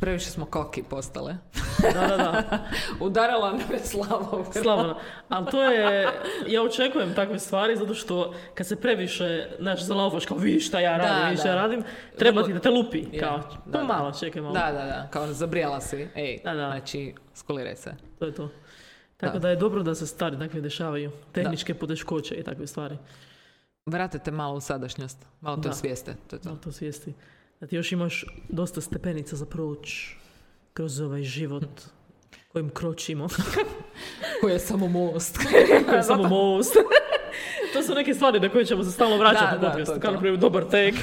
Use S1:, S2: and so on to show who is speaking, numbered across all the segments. S1: Previše smo koki postale.
S2: Da, da, da.
S1: Udarala nam je slava u grlo.
S2: Slavno. Ali to je, ja očekujem takve stvari zato što kad se previše, znaš, zalaufaš kao vi šta ja radim,
S1: Da,
S2: vi šta
S1: da.
S2: ja radim, treba
S1: Vrlo-
S2: ti da te lupi.
S1: Je,
S2: Kao,
S1: da, da.
S2: pa malo, čekaj malo.
S1: Da, da, da. Kao zabrijala si. Ej,
S2: Da, da.
S1: znači, skuliraj se.
S2: To je to. Tako
S1: Da.
S2: da, je dobro da se stvari takve dešavaju. Tehničke poteškoće i takve stvari.
S1: Vratite malo u sadašnjost. Malo to
S2: Da.
S1: svijeste. To je to.
S2: Da to svijesti. Da ti još imaš dosta stepenica za proć kroz ovaj život kojim kročimo.
S1: Koji je samo most.
S2: Koji je samo most. to su neke stvari na koje ćemo se stalno
S1: Da,
S2: vraćati u
S1: da, to
S2: podcastu.
S1: je
S2: Kao
S1: to.
S2: na primjer, dobar tek.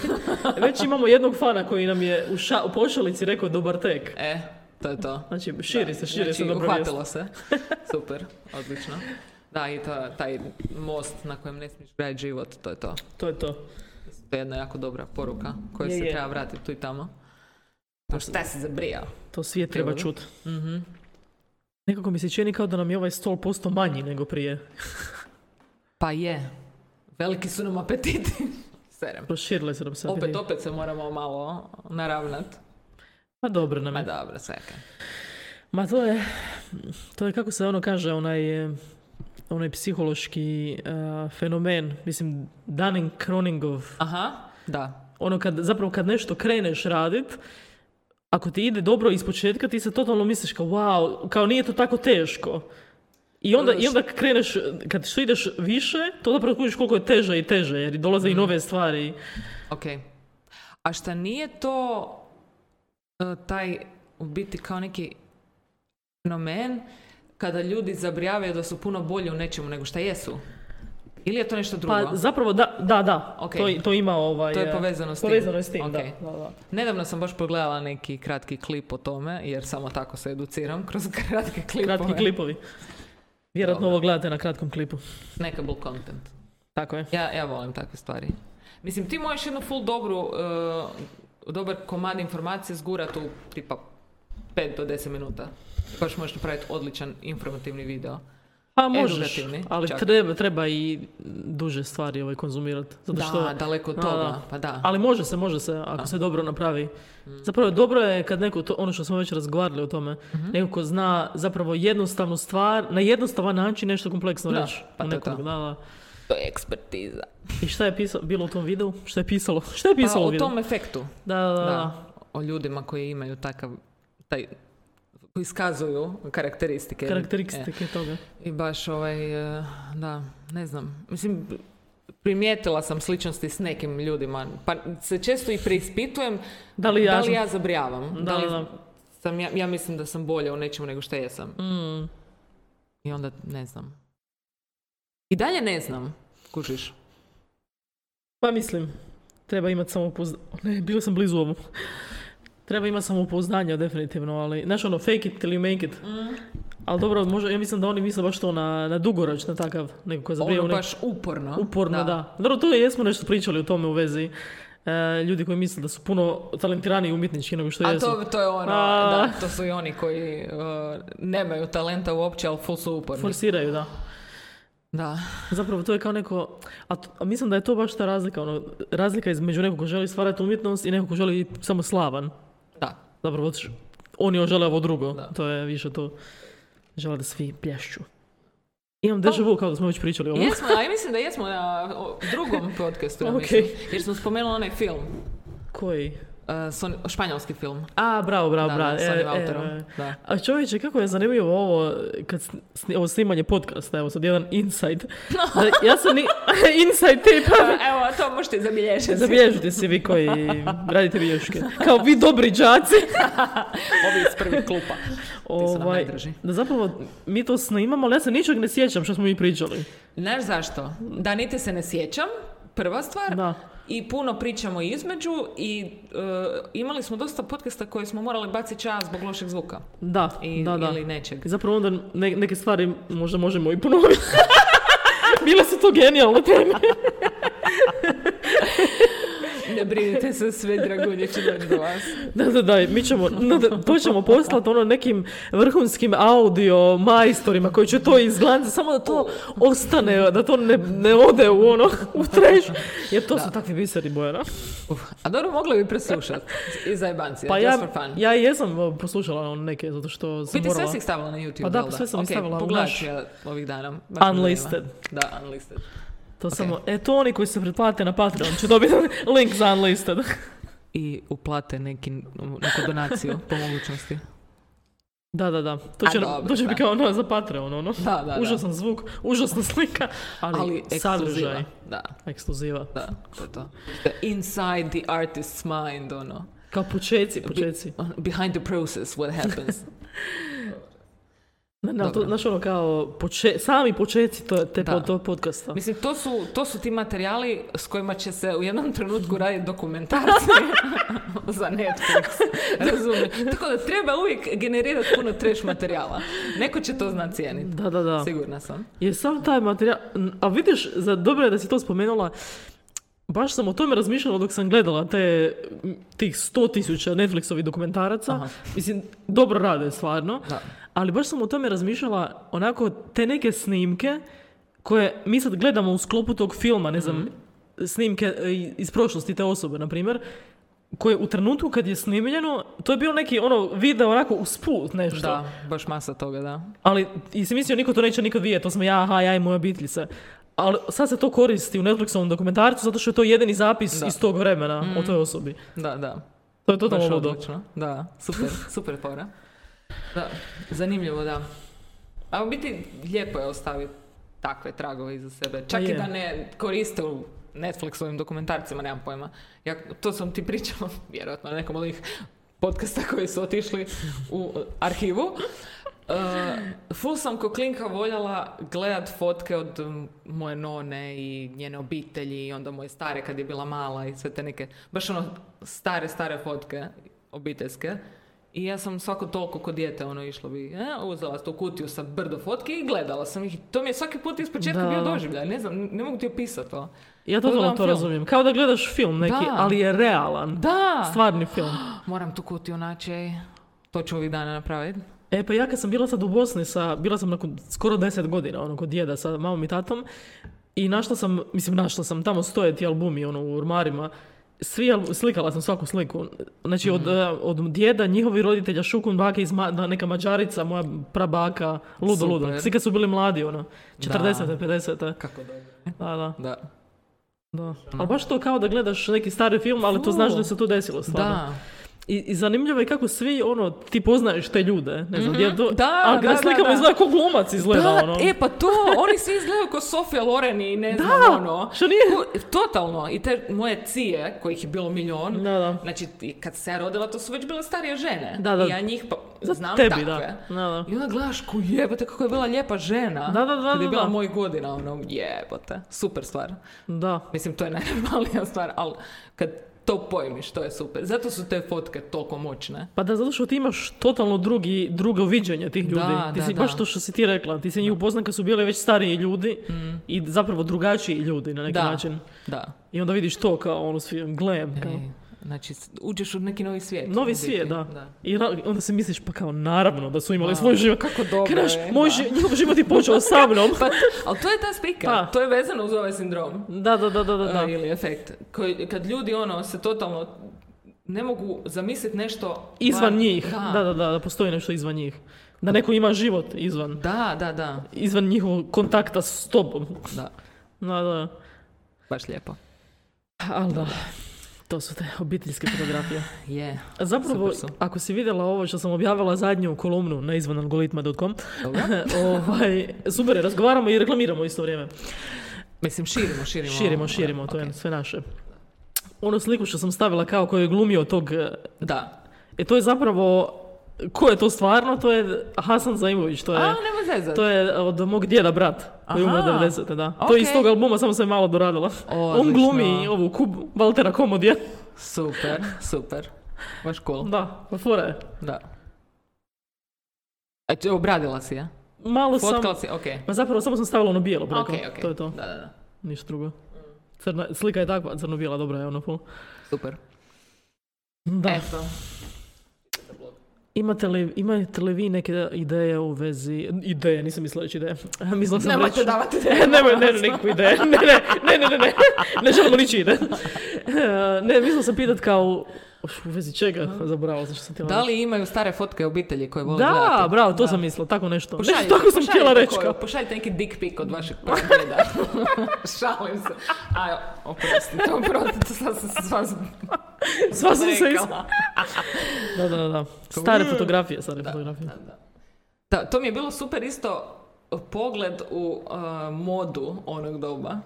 S2: Već imamo jednog fana koji nam je u, ša- u pošalici rekao dobar tek.
S1: e, to je to.
S2: Znači, širi se, širi
S1: znači,
S2: se dobro vijest.
S1: uhvatilo se. Super, odlično. Da, i ta, taj most na kojem ne smiješ graditi život, to je to.
S2: To je to.
S1: To je jedna jako dobra poruka koja
S2: Je,
S1: se
S2: je.
S1: treba vratiti tu i tamo. Pa šta si zabrijao?
S2: To svijet treba
S1: Evo ga.
S2: čuti.
S1: Mhm.
S2: Nekako mi se čini kao da nam je ovaj stol posto manji nego prije.
S1: Pa je. Veliki su nam apetiti. Serem.
S2: Proširile se nam se.
S1: Opet,
S2: apetiti.
S1: opet se moramo malo naravnat.
S2: Pa dobro nam
S1: Ma
S2: je.
S1: dobro, sveka.
S2: Ma to je, to je kako se ono kaže, onaj, eh, onaj psihološki eh, fenomen, mislim, Dunning Kroningov,
S1: Aha, da.
S2: ono kad, zapravo kad nešto kreneš radit, ako ti ide dobro ispočetka, ti se totalno misliš kao wow, kao nije to tako teško. I onda, i onda kad kreneš, kad što ideš više, to zapravo kužiš koliko je teže i teže, jer dolaze
S1: Mm.
S2: i nove stvari.
S1: Ok. A šta nije to e, taj u biti kao neki fenomen kada ljudi zabrijavaju da su puno bolji u nečemu nego šta jesu? Ili je to nešto drugo?
S2: Pa zapravo da, da, da,
S1: Ok.
S2: to, to ima ovaj...
S1: To je
S2: eh,
S1: povezano s tim.
S2: Povezano je s tim,
S1: Ok.
S2: da, da, da.
S1: Nedavno sam baš pogledala neki kratki klip o tome, jer samo tako se educiram kroz kratke klipove.
S2: Kratki klipovi. Vjerojatno ovo gledate na kratkom klipu.
S1: Snackable content.
S2: Tako je.
S1: Ja, ja volim takve stvari. Mislim, ti možeš jednu full dobru, e, dobar komad informacije zgurat u tipa 5 do 10 minuta. Baš možeš napraviti odličan informativni video.
S2: Pa možeš,
S1: E, Edukativni,
S2: ali
S1: čak.
S2: treba, treba i duže stvari ovaj konzumirati. Zato
S1: Da,
S2: što,
S1: daleko od
S2: Da,
S1: toga.
S2: da.
S1: Pa da. Mm.
S2: Ali može se, može se, ako se dobro napravi. Zapravo dobro je kad neko, to, ono što smo već razgovarali o tome,
S1: Mhm.
S2: neko ko zna zapravo jednostavnu stvar, na jednostavan način nešto kompleksno
S1: Da,
S2: reći.
S1: pa
S2: u
S1: to je
S2: nekom-
S1: to.
S2: da, da.
S1: To je ekspertiza.
S2: I šta je pisa- bilo u tom videu? Šta je pisalo? Šta je pisalo
S1: Pa,
S2: u
S1: o
S2: videu?
S1: tom efektu.
S2: Da, da, da.
S1: Da. O ljudima koji imaju takav, taj, koji iskazuju karakteristike. E.
S2: Karakteristike toga.
S1: I baš ovaj, e, da, ne znam. Mislim, primijetila sam sličnosti s nekim ljudima, pa se često i preispitujem
S2: Da li ja sam-
S1: ja zabrijavam.
S2: Da,
S1: Da li
S2: da, da.
S1: sam, ja, ja mislim da sam bolja u nečemu nego što jesam.
S2: Mm.
S1: I onda ne znam. I dalje ne znam, Ono kužiš.
S2: Pa mislim, treba imati samopouzdanje. Ne, bio sam blizu ovom. Treba imati samopouzdanje, definitivno, ali... Znaš, ono, fake it till you make it.
S1: Mm.
S2: Ali dobro, možda, ja mislim da oni misle baš to na, na dugoročno takav, nekako je zabrijao
S1: Ono
S2: nek-
S1: baš uporno.
S2: uporno, da. Dobro, to jesmo nešto pričali o tome u vezi. e, ljudi koji misle da su puno talentiraniji umjetnički nego što
S1: A
S2: jesu.
S1: to, to je ono,
S2: A.
S1: da, to su i oni koji e, nemaju talenta uopće, ali full su uporni.
S2: Forsiraju, da.
S1: Da.
S2: Zapravo to je kao neko, a, t- a mislim da je to baš ta razlika, ono, razlika između nekog ko želi stvarati umjetnost i nekog ko želi samo slavan.
S1: Da.
S2: Zapravo, š- oni još žele ovo drugo.
S1: Da.
S2: To je više to. Žele da svi plješću. Imam
S1: Pa-
S2: deja vu kao da smo već pričali o ovom.
S1: Jesmo, a ja mislim da jesmo na o, drugom podcastu, ja
S2: Ok.
S1: mislim. Jer smo spomenuli onaj film,
S2: Koji?
S1: uh, son- španjolski film.
S2: A, bravo, bravo,
S1: Da,
S2: bravo. E,
S1: da, s onim autorom, da.
S2: A čovječe, kako je zanimljivo ovo, kad sni- ovo snimanje podcasta, evo sad jedan insight. Da, ja sam ni... insight tip.
S1: Evo, to možete zabilježiti.
S2: Zabilježite si vi koji radite bilješke. Kao vi dobri đaci.
S1: Ovi iz prvih klupa. Ti su nam najdraži.
S2: Ovaj, da zapravo mi to snimamo, ali ja se ničeg ne sjećam što smo mi pričali.
S1: Znaš zašto? Da niti se ne sjećam, prva stvar.
S2: Da.
S1: I puno pričamo između i e, imali smo dosta podcasta koje smo morali baciti čas zbog lošeg zvuka.
S2: Da,
S1: I,
S2: da, da.
S1: Ili nečeg.
S2: Zapravo onda ne- neke stvari možda možemo i ponoviti. Bile su to genijalne teme.
S1: Ne brinite se, sve dragulje će doći do vas.
S2: Da, da, da, mi ćemo, no, da, to ćemo poslati ono nekim vrhunskim audio majstorima koji će to izglanci, samo da to ostane, da to ne, ne ode u ono, u treš, jer to su takvi biseri Bojana.
S1: Uf, a dobro, mogla bi preslušati i za jebanci,
S2: Pa
S1: just
S2: ja,
S1: for fun.
S2: ja jesam poslušala ono neke, zato što sam
S1: Piti sve
S2: morala...
S1: si ih stavila na YouTube,
S2: Pa da,
S1: jel
S2: sve sam ih
S1: Ok,
S2: stavila u
S1: pogledat
S2: naš-
S1: ću ja ovih dana. baš me zanima.
S2: Unlisted.
S1: Da, unlisted.
S2: To samo, e to oni koji se pretplate na Patreon će dobiti link za Unlisted.
S1: I uplate neki, neku donaciju po mogućnosti.
S2: Da, da, da. To
S1: A
S2: će,
S1: dobro,
S2: to će
S1: da.
S2: biti kao ono za Patreon, ono.
S1: Da, da, da.
S2: Užasan zvuk, užasna slika, ali,
S1: Ali ekskluziva.
S2: sadržaj.
S1: Da,
S2: Ekskluziva.
S1: da, to je to. The inside the artist's mind, ono.
S2: Kao počeci, počeci.
S1: Be- behind the process, what happens.
S2: Ne, ne, ali to,
S1: Dobro.
S2: znaš ono kao, poče- sami počeci to, te
S1: Da.
S2: pod, tog podcasta.
S1: Mislim, to su, to su ti materijali s kojima će se u jednom trenutku raditi dokumentacije za Netflix. Razumiješ? Tako da treba uvijek generirati puno trash materijala. Neko će to znati cijeniti.
S2: Da, da, da.
S1: Sigurna sam.
S2: Jer sam taj materijal... n- A vidiš, za, dobro je da si to spomenula, baš sam o tome razmišljala dok sam gledala te, m, tih 100 tisuća Netflixovih dokumentaraca.
S1: Aha.
S2: Mislim, dobro rade stvarno.
S1: Da.
S2: Ali baš sam o tome razmišljala, onako, te neke snimke koje mi sad gledamo u sklopu tog filma, ne znam,
S1: Mhm.
S2: snimke e, iz prošlosti te osobe, na primjer, koje u trenutku kad je snimljeno, to je bio neki ono video onako usput nešto.
S1: Da, baš masa toga, da.
S2: Ali i si mislio niko to neće nikad vidjeti, to smo ja, aha, ja i moja obiteljica. Ali sad se to koristi u Netflixovom dokumentarcu zato što je to jedini zapis
S1: Da.
S2: iz tog vremena o toj osobi.
S1: Da, da.
S2: To je
S1: Baš
S2: totalno ludo.
S1: odlično. Da, super, super fora. Da, zanimljivo, da. A u biti lijepo je ostaviti takve tragove iza sebe. Čak i
S2: je.
S1: da ne koriste u Netflixovim dokumentarcima, nemam pojma. Ja, to sam ti pričala, vjerojatno na nekom od onih podcasta koji su otišli u eh, arhivu. E, full sam ko klinka voljela gledat fotke od mm, moje none i njene obitelji i onda moje stare kad je bila mala i sve te neke, baš ono stare, stare fotke obiteljske. I ja sam svako toliko kod dijete ono išlo bi, e, uzela tu kutiju sa brdo fotke i gledala sam ih. To mi je svaki put ispočetka
S2: Da.
S1: bio doživljaj, ne znam, ne mogu ti opisati to. Pogledam
S2: Ja totalno to
S1: film.
S2: razumijem. Kao da gledaš film neki,
S1: Da.
S2: ali je realan.
S1: Da!
S2: Stvarni film.
S1: Moram tu kutiju naći, ej. to ću ovih dana napraviti.
S2: E pa ja kad sam bila sad u Bosni, sa, bila sam nakon skoro 10 godina ono, kod djeda sa mamom i tatom i našla sam, mislim našla sam, tamo stoje ti albumi ono, u ormarima. Svi, al- slikala sam svaku sliku. Znači
S1: Mhm.
S2: od, eh, od djeda, njihovi roditelja, šukun, bake, iz Ma- da, neka mađarica, moja prabaka, ludo,
S1: Super.
S2: ludo. Svi kad su bili mladi, ono, 40 50
S1: Kako dobro.
S2: Da, da,
S1: Da.
S2: da. Ali baš to kao da gledaš neki stari film, ali to znaš da se to desilo stvarno.
S1: Da.
S2: I, I zanimljivo je kako svi, ono, ti poznaješ te ljude, ne znam, gdje to...
S1: Mhm. da,
S2: ali
S1: da,
S2: na
S1: da,
S2: slikama
S1: da.
S2: izgleda ko glumac izgleda,
S1: Da,
S2: ono.
S1: e pa to, oni svi izgledaju kao Sofia Loren i ne znam
S2: Da,
S1: ono.
S2: što nije?
S1: Ko- Totalno, i te moje cije, kojih je bilo milion,
S2: Da, da.
S1: znači i kad se ja rodila to su već bile starije žene.
S2: Da, da.
S1: I ja njih pa,
S2: Za
S1: znam
S2: tebi,
S1: takve.
S2: da. Da, da.
S1: I onda gledaš ko jebote kako je bila lijepa žena.
S2: Da, da, da,
S1: Kad je
S2: da,
S1: bila
S2: da.
S1: mojih godina, ono jebote, super stvar.
S2: Da.
S1: Mislim, to je najnormalnija stvar, ali kad to pojmiš, to je super. Zato su te fotke toliko moćne.
S2: Pa da, zato što ti imaš totalno drugi, drugo viđenje tih ljudi.
S1: Da,
S2: ti
S1: da,
S2: si,
S1: da.
S2: Baš to što si ti rekla, ti si njih upoznao kad su bili već stariji ljudi i zapravo drugačiji ljudi na neki
S1: Mhm. Da.
S2: način.
S1: Da.
S2: I onda vidiš to kao ono svi, glem, kao.
S1: Ej, znači, s- uđeš u neki novi svijet. u
S2: Novi
S1: biti.
S2: svijet, da. I ra- onda se misliš, pa kao, naravno da su imali
S1: Da.
S2: svoj život.
S1: Kako dobro
S2: Kaj, znaš,
S1: je,
S2: moj
S1: da.
S2: ži- njihov život je počeo sa mnom.
S1: Pa, ali to je ta spika,
S2: Pa.
S1: to je vezano uz ovaj sindrom
S2: Da, da, da, da, da.
S1: e, ili efekt. Koji, kad ljudi ono se totalno ne mogu zamisliti nešto
S2: Izvan
S1: van-
S2: njih, da. da, da, da, postoji nešto izvan njih. Da neko ima život izvan,
S1: Da, da, da,
S2: izvan njihovog kontakta s tobom.
S1: da,
S2: Da, da,
S1: baš lijepo.
S2: ali da, to su te obiteljske fotografije.
S1: Je,
S2: A Zapravo,
S1: Super su.
S2: ako si vidjela ovo što sam objavila zadnju kolumnu na izvanalgolitma.com,
S1: dobro.
S2: ovaj, super je, razgovaramo i reklamiramo u isto vrijeme.
S1: Mislim, širimo, širimo. ono,
S2: Širimo, širimo, to je ono sve naše. Onu sliku što sam stavila kao koji je glumio tog, e,
S1: Da.
S2: e, to je zapravo, ko je to stvarno, to je Hasan Zaimović, to je...
S1: A, nema zezat.
S2: To je od mog djeda brat, koji je umro
S1: Aha.
S2: 90. da. To je iz
S1: Okej.
S2: tog albuma, samo sam je malo doradila.
S1: Odlično.
S2: On glumi ovu kub Valtera Komodija.
S1: Super, super. Baš cool,
S2: Da, pa fora je.
S1: da. E, če- obradila si je?
S2: Malo sam...
S1: Fotkala si, okej.
S2: Ma zapravo samo sam stavila ono bijelo preko.
S1: Okej, okej.
S2: To je to,
S1: Da, da, da.
S2: ništa drugo. Crna, slika je takva, crno-bijela, dobra je ono pol.
S1: Super.
S2: Da.
S1: Eto.
S2: Imate li, imate li vi neke ideje u vezi... Ideje, nisam mislila reći ideje. Mislila sam
S3: Nemojte
S2: reći...
S3: davati
S2: E, nemoj, ne, ne, nikakve ideje. Ne, ne, ne, ne, ne, ne, ne želimo nići ide. Ne, mislila sam pitat kao, u vezi čega, zaboravila sam što sam htjela
S1: Da
S2: reći.
S1: li imaju stare fotke obitelji koje vole gledati?
S2: Da, bravo, to
S1: Da.
S2: sam mislila, tako nešto.
S1: Pošaljite-
S2: Nešto tako sam
S1: pošaljite
S2: htjela reći.
S1: koju,
S2: kao.
S1: Pošaljite neki dick pic od vašeg pregleda. Šalim se. A, oprostite, oprostite, sad sam se s vas
S2: Sva Pa sam se
S1: rekla.
S2: is- Da, da,
S1: Mm.
S2: da. Stare fotografije, stare fotografije.
S1: Da, to mi je bilo super isto pogled u uh, modu onog doba.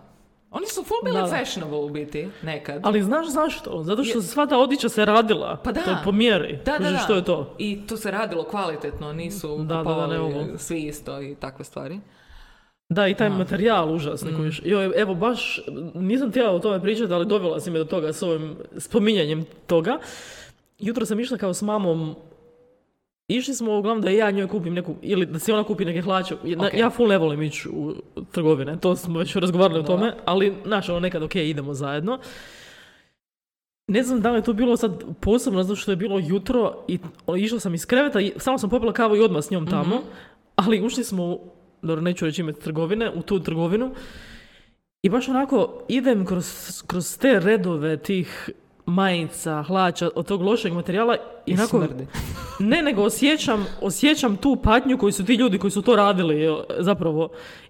S1: Oni su full bili
S2: Da, da.
S1: fashionable u biti, nekad.
S2: Ali znaš zašto? Zato što sva ta odjeća se radila.
S1: Pa da.
S2: To je po mjeri.
S1: Da, da,
S2: Kužiš,
S1: da.
S2: Što je to?
S1: I tu se radilo kvalitetno, nisu
S2: Da, da, da,
S1: kupovali
S2: ne mogu.
S1: svi isto i takve stvari.
S2: Da, i taj materijal užasni kojiš. Joj, evo baš, nisam htjela o tome pričati, ali dovela si me do toga s ovim spominjanjem toga. Jutro sam išla kao s mamom Išli smo uglavnom da ja njoj kupim neku, ili da si ona kupi neke hlače. Ja-
S1: Ok.
S2: Ja full ne volim ići u trgovine, to smo već razgovarali o tome, ali znaš, ono nekad ok, idemo zajedno. Ne znam da li je to bilo sad posebno, zato što je bilo jutro i o, išla sam iz kreveta, i samo sam popila kavu i odmah s njom tamo,
S1: Mhm.
S2: ali ušli smo, u, dobro neću reći ime trgovine, u tu trgovinu i baš onako idem kroz, kroz te redove tih majica, hlača, od tog lošeg materijala i, onako
S1: smrdi.
S2: ne, nego osjećam, osjećam tu patnju koju su ti ljudi koji su to radili, jel, zapravo,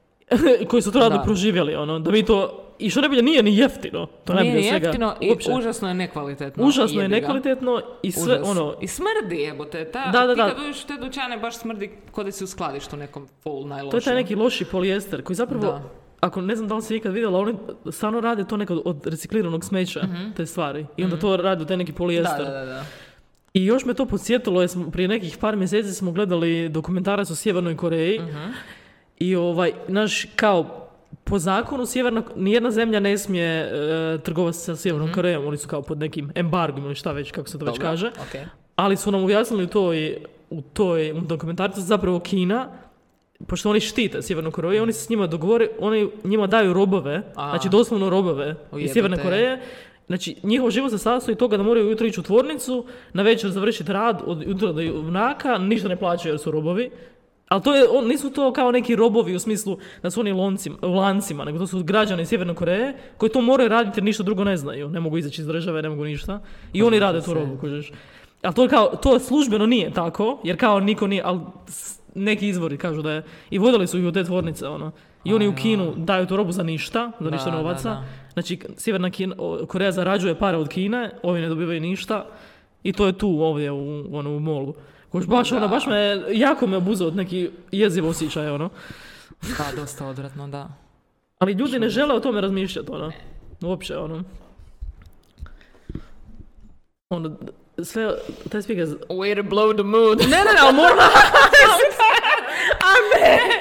S2: koji su to radili
S1: Da.
S2: proživjeli, ono, da mi to, i što najbolje nije ni jeftino, to
S1: Nije
S2: najbolje od svega,
S1: jeftino i
S2: uopće.
S1: užasno je nekvalitetno.
S2: Užasno je
S1: jebi ga.
S2: nekvalitetno i sve,
S1: Užas.
S2: ono,
S1: I smrdi jebote. Ta,
S2: Da, da,
S1: ti
S2: da.
S1: kad uđeš u te dućane baš smrdi kod da si u skladištu nekom full najlošem.
S2: to je taj neki loši polijester koji zapravo,
S1: Da.
S2: ako ne znam da li si ikad vidjela, oni stvarno rade to nekad od recikliranog smeća, te stvari, i onda to rade u taj neki
S1: Mhm. da,
S2: polijester.
S1: da, da, da.
S2: I još me to podsjetilo, jer smo prije nekih par mjeseci smo gledali dokumentarac o Sjevernoj Koreji
S1: Mhm.
S2: i ovaj, naš, kao, po zakonu Sjeverna, nijedna zemlja ne smije e, trgovati sa Sjevernom Korejom, oni su kao pod nekim embargom ili šta već, kako se to već
S1: Mhm. Dobro,
S2: kaže.
S1: okej.
S2: Ali su nam objasnili u toj, u toj dokumentarcu zapravo Kina, pošto oni štite Sjevernu Koreju, oni se s njima dogovore, oni njima daju robove,
S1: A.
S2: znači doslovno robove iz
S1: Ujebote.
S2: Sjeverne Koreje. Znači, njihov život se sastoji od toga da moraju ujutro ići u tvornicu, na večer završiti rad od jutra do junaka, ništa ne plaćaju jer su robovi. Ali to je, on, nisu to kao neki robovi u smislu da su oni loncim, u lancima, nego to su građani Sjeverne Koreje koji to moraju raditi jer ništa drugo ne znaju. Ne mogu izaći iz države, ne mogu ništa. I oni rade tu robu, kužiš. Ali to, kao, to službeno nije tako, jer kao niko nije, ali s- neki izvori kažu da je, i vodili su ih u te tvornice, ono. I oni u Kinu daju tu robu za ništa, za ništa
S1: Da,
S2: novaca.
S1: da, da.
S2: Znači, Sjeverna Kina, o, Koreja zarađuje pare od Kine, ovi ne dobivaju ništa i to je tu ovdje u, ono, u molu. Koš, baš, ono, baš me, jako me obuzeo od neki jeziv osjećaj, ono.
S1: Da, Pa, dosta odvratno, da.
S2: Ali ljudi ne žele o tome razmišljati, ono. Uopće, ono. Ono, d- sve, taj spik je... z-
S1: Way to blow the mood.
S2: Ne, ne, ne, ali mora...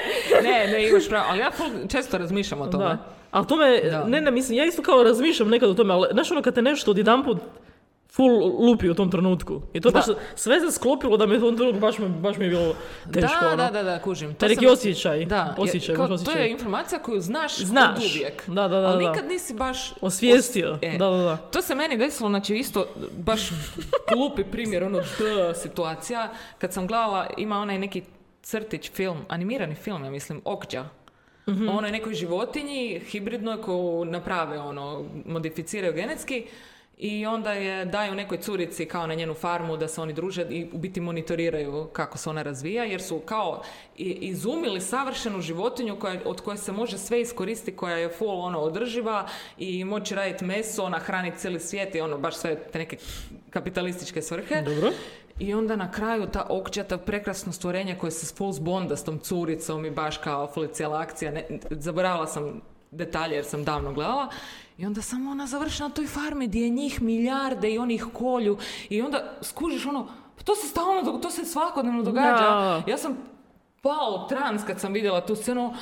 S1: ne, ne, imaš pravo, ali ja full često razmišljam o tome.
S2: Da. Ali to me,
S1: Da.
S2: ne, ne, mislim, ja isto kao razmišljam nekad o tome, ali znaš ono kad te nešto odjedanput full lupi u tom trenutku. I to
S1: Da.
S2: baš, sve se sklopilo da me u tom trenutku baš, me- baš mi je bilo teško.
S1: da,
S2: ono.
S1: da, da, da, kužim. To
S2: Taj neki
S1: sam-
S2: osjećaj,
S1: Da,
S2: osjećaj,
S1: je- kao,
S2: baš osjećaj.
S1: to je informacija koju znaš,
S2: Znaš.
S1: od uvijek.
S2: Da, da, da,
S1: Ali
S2: da.
S1: nikad nisi baš...
S2: Osvijestio,
S1: os- e.
S2: da, da, da.
S1: To se meni desilo, znači isto baš glupi primjer, ono d situacija. Kad sam gledala, ima onaj neki crtić film, animirani film, ja mislim, Okđa. O onoj nekoj životinji, hibridnoj, koju naprave, ono, modificiraju genetski. I onda je daju nekoj curici kao na njenu farmu da se oni druže i u biti monitoriraju kako se ona razvija jer su kao i- izumili savršenu životinju koja, od koje se može sve iskoristiti koja je full ono održiva i moći raditi meso, nahraniti cijeli svijet i ono baš sve te neke kapitalističke svrhe.
S2: Dobro.
S1: I onda na kraju ta okćata prekrasno stvorenje koje se full zbonda s tom curicom i baš kao full je cijela akcija. Ne, zaboravila sam detalje jer sam davno gledala. I onda samo ona završi na toj farmi gdje je njih milijarde i onih kolju. I onda skužiš ono, pa to se stalno, dog- to se svakodnevno događa.
S2: Da.
S1: Ja sam pao u trans kad sam vidjela tu scenu.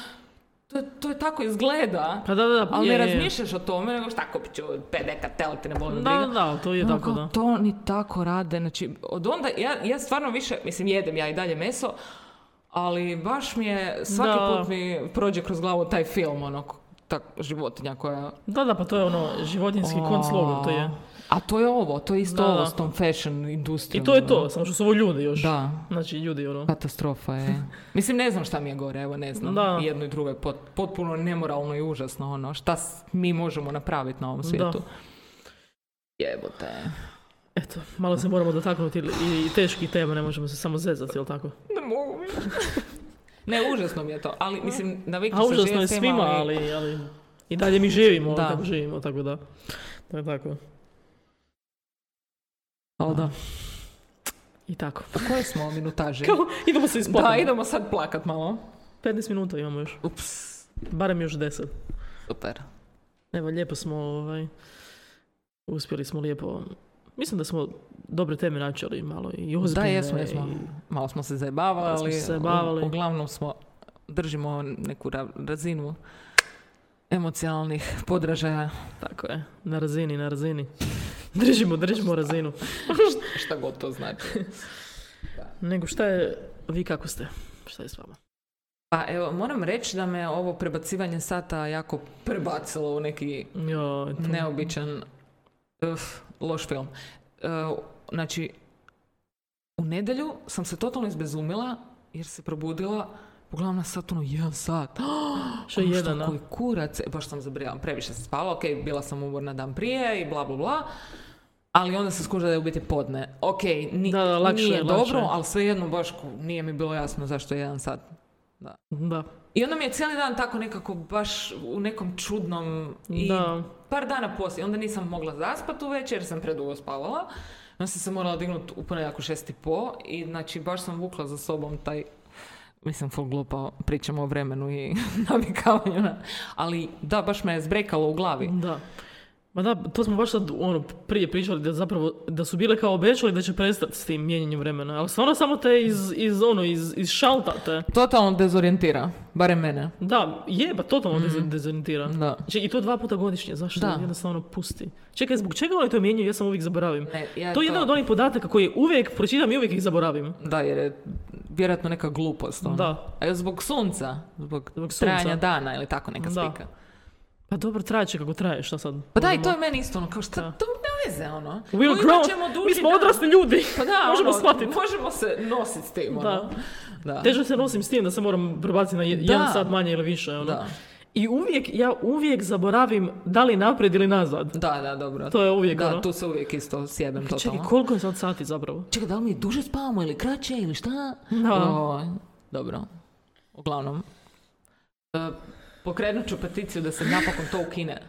S1: To, to je tako izgleda.
S2: Pa da, da, da,
S1: Ali
S2: je,
S1: ne
S2: je, je.
S1: razmišljaš o tome, nego šta kupit ću, pedeka, tel, te ne boli me briga.
S2: Da, da, to je
S1: Ono
S2: tako,
S1: kao,
S2: da.
S1: To oni tako rade, znači od onda, ja, ja stvarno više, mislim jedem ja i dalje meso, ali baš mi je, svaki
S2: Da.
S1: put mi prođe kroz glavu taj film, ono, k- tak, životinja koja...
S2: Da, da, pa to je ono životinski
S1: A,
S2: konc logor, to je.
S1: A to je ovo, to je isto
S2: Da,
S1: ovo
S2: da.
S1: s tom fashion industrijom.
S2: I to je
S1: ono.
S2: to, samo što su ovo ljudi još.
S1: Da.
S2: Znači, ljudi, ono.
S1: Katastrofa je. Mislim, ne znam šta mi je gore, evo ne znam.
S2: Da.
S1: I Jedno i drugo je pot- potpuno nemoralno i užasno ono. Šta s- mi možemo napraviti na ovom svijetu? Jebote.
S2: Eto, malo se moramo dotaknuti i i teških tema, ne možemo se samo zezati, jel tako?
S1: Ne mogu više. ne, užasno mi je to. Ali mislim, navikli
S2: A
S1: se
S2: užasno je
S1: živjeti s
S2: svima,
S1: tema,
S2: ali, ali i dalje mi živimo,
S1: Da.
S2: da. kako živimo, tako da. Tako, tako.
S1: Ali da.
S2: I tako.
S1: Pa koje smo minutaže?
S2: Kao, idemo se
S1: Da,
S2: isplatiti.
S1: idemo sad plakat malo.
S2: 15 minuta imamo još.
S1: Ups.
S2: Barem još 10.
S1: Super.
S2: Evo, lijepo smo, ovaj, uspjeli smo lijepo. Mislim da smo dobre teme načeli malo i
S1: Da,
S2: ozbiljne.
S1: jesmo, jesmo.
S2: i-
S1: Malo smo se zajebavali,
S2: Malo smo se zajebavali.
S1: u- uglavnom smo, držimo neku ra- razinu emocionalnih podražaja.
S2: Tako je, na razini, na razini. Držimo, držimo razinu.
S1: Šta god to znači.
S2: Nego šta je, vi kako ste? Šta je s vama?
S1: Pa evo, moram reći da me ovo prebacivanje sata jako prebacilo u neki
S2: Jo,
S1: Ono
S2: to-
S1: neobičan uf, loš film. E, znači, u nedjelju sam se totalno izbezumila jer se probudila pogledam na sat, ono, jedan sat.
S2: Što je
S1: Ono
S2: jedan, a?
S1: koji kurac, E, baš sam zabrijala, previše sam spala, ok, bila sam umorna dan prije i bla, bla, bla. Ali onda se skuža da je u biti podne. Ok, ni,
S2: Da, da, lakše je,
S1: nije
S2: lakše
S1: dobro,
S2: je.
S1: ali svejedno baš ku- nije mi bilo jasno zašto je jedan sat.
S2: Da.
S1: I onda mi je cijeli dan tako nekako baš u nekom čudnom i
S2: Da.
S1: par dana poslije. Onda nisam mogla zaspat uveče jer sam predugo spavala. Onda sam se morala dignuti u ponedjeljak u šest i po i znači baš sam vukla za sobom taj Mislim, full glupa, pričamo o vremenu i navikavanju. na- Ali da, baš me je zbrekalo u glavi.
S2: Da. Ma da, to smo baš sad ono, prije pričali da zapravo, da su bile kao obećali da će prestati s tim mijenjanjem vremena, ali stvarno samo te iz, iz ono, iz, iz šalta te.
S1: Totalno dezorijentira, barem mene.
S2: Da, jeba, totalno mm dezorientira.
S1: Da.
S2: Znači, i to dva puta godišnje, zašto
S1: Mhm. Da.
S2: jednostavno pusti. Čekaj, zbog čega oni to mijenjaju, ja sam uvijek zaboravim.
S1: Ne, ja
S2: to je jedan od onih podataka koji uvijek pročitam i uvijek ih zaboravim.
S1: Da, jer je vjerojatno neka glupost. ono.
S2: Da.
S1: A zbog sunca, zbog,
S2: Zbog sunca.
S1: trajanja dana ili tako neka
S2: Da.
S1: spika.
S2: Pa dobro, traje će kako traje, šta sad?
S1: Pa da, i to
S2: Možemo-
S1: je meni isto ono, kao šta,
S2: Da.
S1: to ne veze, ono.
S2: We'll
S1: Koliko
S2: grow,
S1: ćemo
S2: mi
S1: duži
S2: smo
S1: dan?
S2: odrasli ljudi,
S1: Pa da,
S2: možemo
S1: ono,
S2: shvatiti.
S1: Možemo se nositi s tim, ono.
S2: Da.
S1: Da.
S2: Teže se nosim s tim da se moram prebaciti na je- jedan
S1: Da.
S2: sat manje ili više. Ono.
S1: Da.
S2: I uvijek, ja uvijek zaboravim da li naprijed ili nazad.
S1: Da, da, dobro.
S2: To je uvijek
S1: Da,
S2: ono.
S1: tu se uvijek isto sjedem
S2: Čekaj,
S1: totalno.
S2: koliko je sad sati zapravo?
S1: Čekaj, da li mi duže spavamo ili kraće ili šta?
S2: Da.
S1: O,
S2: Ono,
S1: dobro. Uglavnom. E, pokrenut ću peticiju da se napokon to ukine.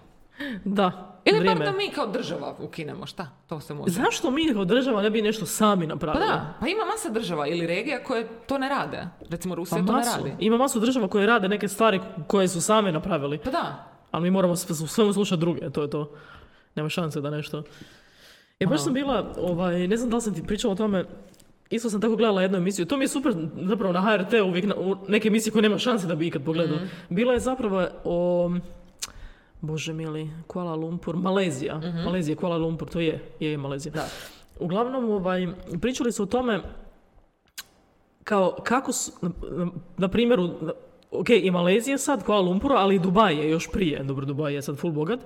S2: Da,
S1: Ili bar
S2: vrijeme.
S1: da mi kao država ukinemo, šta? To se može.
S2: Zašto mi kao država ne bi nešto sami
S1: Pa
S2: napravili?
S1: da, pa ima masa država ili regija koje to ne rade. Recimo Rusija to ne
S2: Pa masu.
S1: radi.
S2: Ima masu država koje rade neke stvari koje su same napravili,
S1: Pa da,
S2: ali mi moramo sve- u svemu slušati druge, to je to. Nema šanse da nešto... E, baš sam bila, ovaj, ne znam da li sam ti pričala o tome, isto sam tako gledala jednu emisiju, to mi je super zapravo na HRT uvijek, na, u neke emisije koje nema šanse da bi ikad pogledao. Bila je zapravo o, bože mili, Kuala Lumpur, Malezija, Malezija, Kuala Lumpur, to je, je, je Malezija.
S1: Da.
S2: Uglavnom, ovaj, pričali su o tome kao kako su, na, na- na primjeru, na- ok, i Malezija sad, Kuala Lumpur, ali i Dubaj je još prije, dobro, Dubaj je sad full bogat.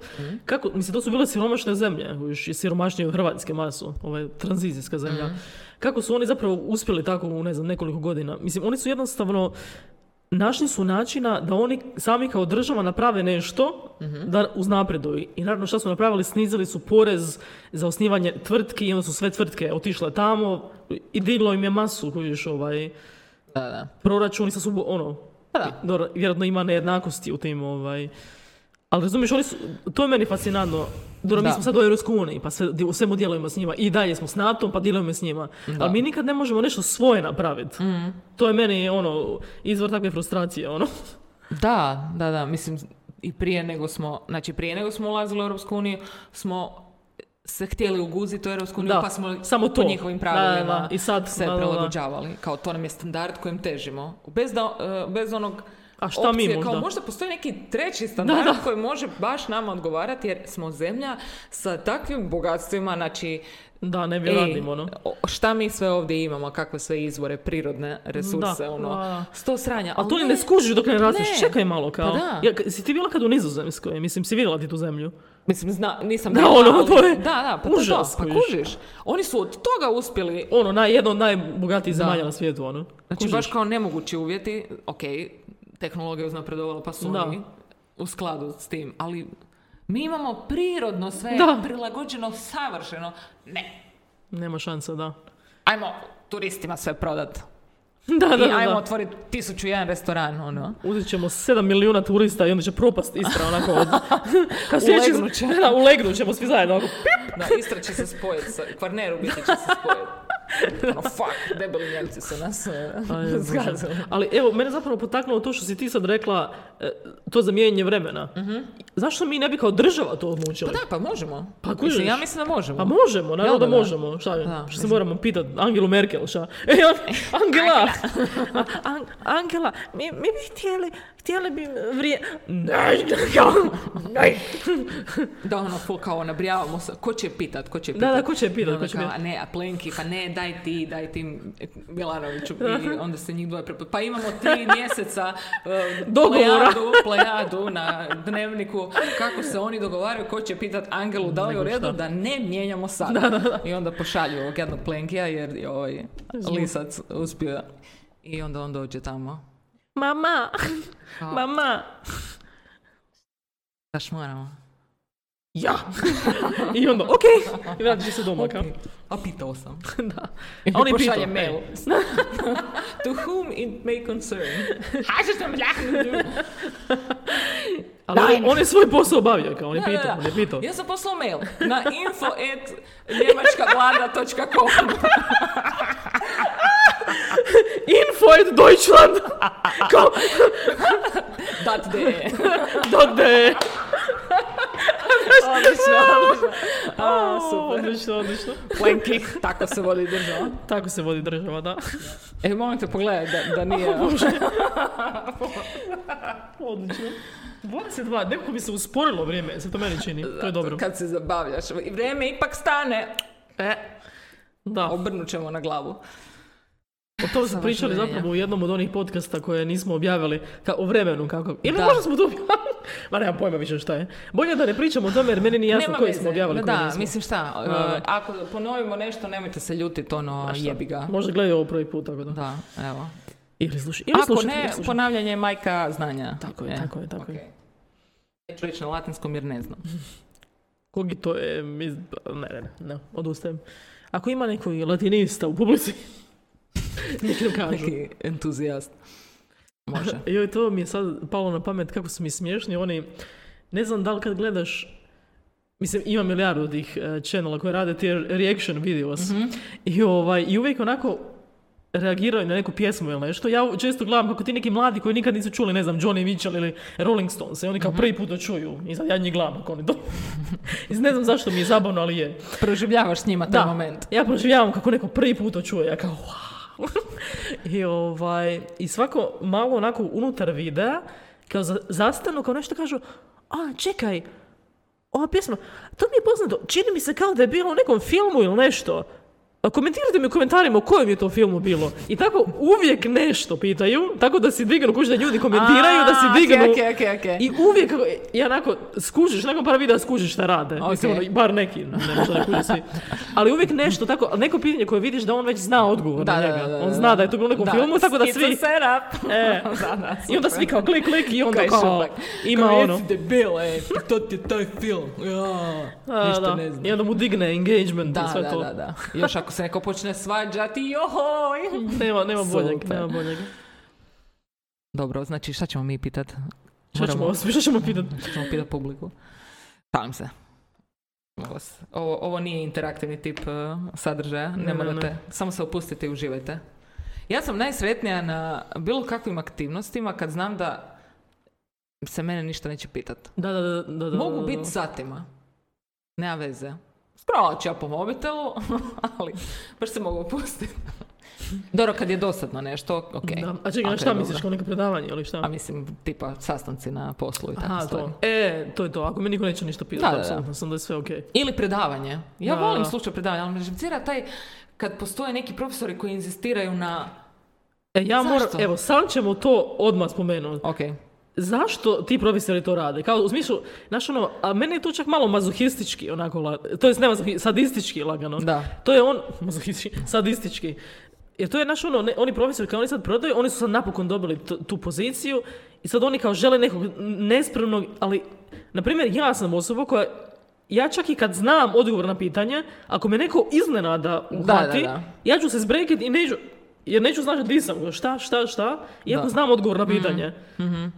S2: Kako, mislim, to su bile siromašne zemlje, još i siromašnije od Hrvatske masu, ovaj, tranzicijska zemlja. Kako su oni zapravo uspjeli tako u, ne znam, nekoliko godina? Mislim, oni su jednostavno, našli su načina da oni sami kao država naprave nešto da uznapreduju. I naravno šta su napravili, snizili su porez za osnivanje tvrtki i onda su sve tvrtke otišle tamo i diglo im je masu, kužiš, ovaj,
S1: da, da.
S2: proračun i sad su, ono,
S1: Pa da.
S2: dobro, vjerojatno ima nejednakosti u tim, ovaj, ali razumiješ, oni su, to je meni fascinantno, dobro,
S1: Da.
S2: mi smo sad u Europskoj uniji, pa sve, u svemu djelujemo s njima i dalje smo s NATO, pa djelujemo s njima, ali mi nikad ne možemo nešto svoje napraviti.
S1: Mhm.
S2: To je meni, ono, izvor takve frustracije, ono.
S1: Da, da, da, mislim i prije nego smo, znači prije nego smo ulazili u Europsku uniju, smo se htjeli uguziti u Europsku uniju,
S2: Da,
S1: pa smo
S2: samo
S1: po
S2: to.
S1: njihovim pravilima
S2: Da, da, da. I sad,
S1: se
S2: da, da, da.
S1: prilagođavali. Kao to nam je standard kojem težimo. Bez, da, e, bez onog
S2: A šta
S1: opcije,
S2: mi možda?
S1: Kao možda postoji neki treći standard
S2: Da, da.
S1: koji može baš nama odgovarati jer smo zemlja sa takvim bogatstvima, znači
S2: Da, ne
S1: ej,
S2: vjerujem ono.
S1: o- šta mi sve ovdje imamo, kakve sve izvore, prirodne resurse,
S2: Da, da,
S1: ono,
S2: da.
S1: sto sranja.
S2: A
S1: ali
S2: to ni ne skužiš dok ne rastiš,
S1: Ne.
S2: čekaj malo kao.
S1: Pa da.
S2: Ja, k- si ti bila kad u Nizozemskoj, mislim, si vidjela ti tu zemlju.
S1: Mislim, zna, nisam
S2: Da,
S1: bila,
S2: ono,
S1: ali-
S2: to je
S1: Da, da, pa to je
S2: užas,
S1: to, pa
S2: kužiš.
S1: kužiš. Oni su od toga uspjeli
S2: Ono, naj, jedno od najbogatijih zemalja na svijetu, ono.
S1: Znači
S2: Kužiš?
S1: baš kao nemogući uvjeti, ok, tehnologija je uznapredovala pa su
S2: Da.
S1: oni u skladu s tim, ali mi imamo prirodno sve
S2: Da.
S1: prilagođeno, savršeno. Ne,
S2: Nema šansa, da.
S1: ajmo turistima sve prodat.
S2: Da, da,
S1: I
S2: da.
S1: E, ajmo
S2: da.
S1: otvoriti tisuću i jedan restoran, ono.
S2: Uzet ćemo 7 milijuna turista i onda će propast Istra, onako. Od... Kao sljedeći-
S1: Ulegnut će.
S2: Da, ulegnut ćemo svi zajedno. Ovako.
S1: Da, Istra će se spojiti, sa, Kvarner u biti će se spojiti. Ono, fuck, debeli Njemci su nas e,
S2: Aj, Bože.
S1: zgazili.
S2: Ali evo, mene zapravo potaknulo to što si ti sad rekla, e, to zamijenjenje vremena. Zašto mi ne bi kao država to odlučili?
S1: Da, Mhm. pa možemo.
S2: Pa
S1: Mislim,
S2: kužiš.
S1: ja mislim da možemo.
S2: Pa možemo, naravno
S1: Jel
S2: da,
S1: da, da?
S2: možemo. Šta, je,
S1: Da,
S2: što se
S1: mislim.
S2: moramo pitati? Angelu Merkel, šta? E, An- Angela! An- Angela, mi, mi bi htjeli, htjeli bi vrije... Ne, ne,
S1: Da, ono, full kao nabrijavamo se. Ko će pitat, ko će pitat?
S2: Da, da, ko će pitat,
S1: Ono
S2: ko će
S1: kao,
S2: pitat?
S1: a ne, a Plenki, pa ne, daj ti, daj ti Milanoviću. I onda se njih dvoje prepo... Pa imamo tri mjeseca eh,
S2: Dogovora.
S1: plejadu, plejadu na dnevniku kako se oni dogovaraju, ko će pitat Angelu da li je u
S2: Nego
S1: redu
S2: šta?
S1: da ne mijenjamo sad. I onda pošalju ovog jednog Plenkija jer je ovaj lisac uspio. I onda on dođe tamo.
S2: Mama,
S1: Kao,
S2: mama,
S1: "Šta šmaramo?"
S2: ja! I onda, okej! I vrati se doma, kao.
S1: Ok, A pitao sam.
S2: Da.
S1: I
S2: A on je
S1: pošalje
S2: pitao,
S1: mail.
S2: e,
S1: to whom it may concern. Hajde što mi
S2: Ali on, on je svoj posao obavio, kao, on je
S1: Da, da,
S2: pitao,
S1: da.
S2: on je pitao.
S1: Ja sam poslao mail na info at njemačkavlada.com
S2: Info at Deutschland! Kao,
S1: dat de.
S2: da de!
S1: Odlično, odlično. A, super.
S2: Odlično, odlično.
S1: Plenki, tako se vodi država.
S2: Tako se vodi država, da.
S1: E, molim te pogledaj da, da nije...
S2: Odlično. 22, nekako mi se usporilo vrijeme, se to meni čini, to je dobro.
S1: Kad se zabavljaš. I Vrijeme ipak stane. E,
S2: Da,
S1: obrnut ćemo na glavu.
S2: o tom smo
S1: Savršeno
S2: pričali
S1: vrijeme.
S2: zapravo u jednom od onih podcasta koje nismo objavili, ka, o vremenu kako. Ili
S1: Da.
S2: možda smo to objavili, ma nemam pojma više šta je. Bolje da ne pričamo o tome jer meni nije jasno
S1: Nema
S2: koji
S1: veze.
S2: smo objavili, koji
S1: Da,
S2: nismo.
S1: mislim šta, e,
S2: Da.
S1: ako ponovimo nešto, nemojte se ljutiti, ono,
S2: Šta?
S1: jebi ga.
S2: Možda gledaju ovo prvi put, tako da.
S1: Da, evo.
S2: Ili slušaj, ili
S1: Ako
S2: slušajte,
S1: ne,
S2: ili slušajte.
S1: ponavljanje je majka znanja.
S2: Tako je,
S1: E,
S2: tako je, tako
S1: ok.
S2: je.
S1: Neću reći na latinskom jer ne znam.
S2: Kogi to je, mi- ne, ne, ne, ne, odustajem. Ako ima neko latinista u publici, nek nam kažu.
S1: Neki entuzijast. Može.
S2: Joj, to mi je sad palo na pamet kako su mi smiješni oni, ne znam da li kad gledaš, mislim ima milijardu tih eh, channela koji rade ti reaction videos i, ovaj, i uvijek onako reagiraju na neku pjesmu ili nešto. Ja često gledam kako ti neki mladi koji nikad nisu čuli, ne znam, Johnny Mitchell ili Rolling Stones i oni kao prvi put to čuju i sad ja njih gledam ako oni to... I ne znam zašto mi je zabavno, ali je.
S1: Proživljavaš s njima taj moment.
S2: Ja proživljavam kako neko prvi put to čuje, ja kao wow. I, ovaj, I svako malo onako unutar videa, kao za, zastanu, kao nešto kažu, a čekaj, ova pjesma, to mi je poznato, čini mi se kao da je bilo u nekom filmu ili nešto. A Komentirajte mi u komentarima u kojem je to filmu bilo. I tako uvijek nešto pitaju, tako da si dignu, kući da ljudi komentiraju, da si dignu.
S1: Ok, ok, ok.
S2: I uvijek, kako- i onako, skužiš, nakon par videa skužiš šta rade.
S1: Ok.
S2: Mislim, ono, bar neki, ne možda ne kuže svi. Ali uvijek nešto tako, ali neko pitanje koje vidiš da on već zna odgovor na njega. On zna da je to bilo u nekom filmu, tako da svi...
S1: setup.
S2: E,
S1: da, da,
S2: I onda
S1: super.
S2: svi kao klik, klik i onda
S1: Kaj
S2: kao
S1: šupak.
S2: ima
S1: Kao,
S2: ono.
S1: jesi debil, ej, pa to ti je taj film. Ja,
S2: A,
S1: ništa
S2: da.
S1: ne znam.
S2: I onda mu digne engagement i
S1: Da,
S2: sve
S1: da,
S2: to.
S1: da, da. Još ako se neko počne svađati, johoj.
S2: Nema, nema boljeg,
S1: Super.
S2: nema boljeg.
S1: Dobro, znači šta ćemo mi pitat?
S2: Šta ćemo,
S1: Moramo-
S2: vas- šta ćemo pitat?
S1: Šta Znači, ćemo pitat publiku? Šalim se. Molim vas. Ovo, ovo nije interaktivni tip eh, sadržaja, ne,
S2: ne,
S1: morate.
S2: ne.
S1: Samo se opustite i uživajte. Ja sam najsretnija na bilo kakvim aktivnostima kad znam da se mene ništa neće pitat.
S2: Da, da, da, da, da.
S1: Mogu biti satima. Nema veze. Scrollat ću ja po mobitelu, ali baš se mogu opustiti. Dobro, kad je dosadno nešto, ok.
S2: Da. A
S1: Ako
S2: čekaj, na
S1: je
S2: šta
S1: dobro.
S2: misliš, kao neko predavanje ili šta?
S1: A mislim, tipa sastanci na poslu i tako
S2: Aha,
S1: stvari.
S2: to. E, to je to. Ako me niko neće ništa
S1: Da,
S2: pitati,
S1: da, da.
S2: apsolutno sam da je sve okej.
S1: Ili predavanje. Ja
S2: Da,
S1: volim
S2: da.
S1: slučaj predavanja, ali me živcira taj kad postoje neki profesori koji inzistiraju na...
S2: E, ja moram,
S1: Zašto?
S2: evo, sam ćemo to odmah spomenuti.
S1: Ok,
S2: Zašto ti profesori to rade? Kao, u smislu, znaš ono, a meni je to čak malo mazohistički, onako, la, to jest ne mazohi- sadistički lagano.
S1: Da.
S2: To je on, mazohistički, sadistički. Jer to je, znaš ono, ne- oni profesori, kao oni sad prodaju, oni su sad napokon dobili t- tu poziciju i sad oni kao žele nekog nespremnog, ali, na primjer, ja sam osoba koja, ja čak i kad znam odgovor na pitanje, ako me neko iznenada uhvati,
S1: da.
S2: ja ću se zbreket i neću, jer neću znati di sam, šta, šta, šta, iako
S1: Da. Mhm.
S2: znam odgovor na pitanje.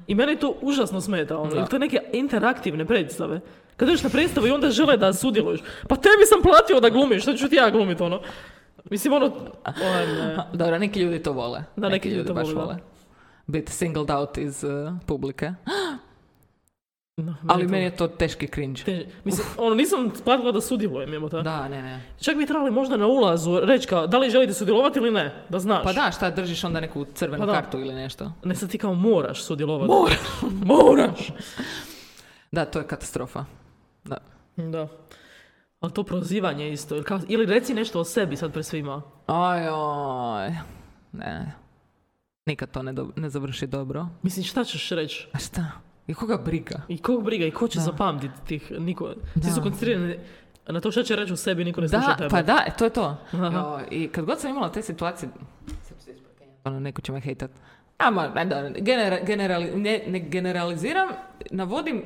S2: I mene to užasno smeta, ono,
S1: Da.
S2: jer to je neke interaktivne predstave. Kad ideš na predstavu i onda žele da sudjeluješ, pa tebi sam platio da glumiš, šta ću ti ja glumit, ono. Mislim, ono, oj, ne.
S1: Ha, dobro, neki ljudi to vole.
S2: Da, neki ljudi to
S1: baš
S2: vole, da.
S1: Biti singled out iz uh, publike.
S2: No, meni
S1: Ali
S2: to-
S1: meni je to teški cringe.
S2: te- mislim, ono, nisam platila da sudjelujem, jemo ta.
S1: Da, ne, ne.
S2: Čak bi trebali možda na ulazu reći kao, da li želite sudjelovati ili ne, da znaš.
S1: Pa da, šta držiš onda neku crvenu
S2: Pa da.
S1: kartu ili nešto?
S2: Ne sad ti kao moraš sudjelovati.
S1: Moraš.
S2: moraš.
S1: Da, to je katastrofa. Da.
S2: Da. Ali to prozivanje isto. Ili, kao, ili reci nešto o sebi sad pre svima.
S1: Aj, aj. Ne. Nikad to ne, do- ne završi dobro.
S2: Mislim, šta ćeš reći?
S1: A šta? I koga briga?
S2: I kog briga i ko će zapamtiti tih niko. Svi su
S1: Da.
S2: koncentrirani na to šta će reći u sebi, niko ne sluša
S1: Da,
S2: tebe.
S1: pa da, e, to je to.
S2: Aha.
S1: Jo, I kad god sam imala te situacije, ono, neko će me hejtat. Ama, ne, da, genera- generali- ne, ne generaliziram, navodim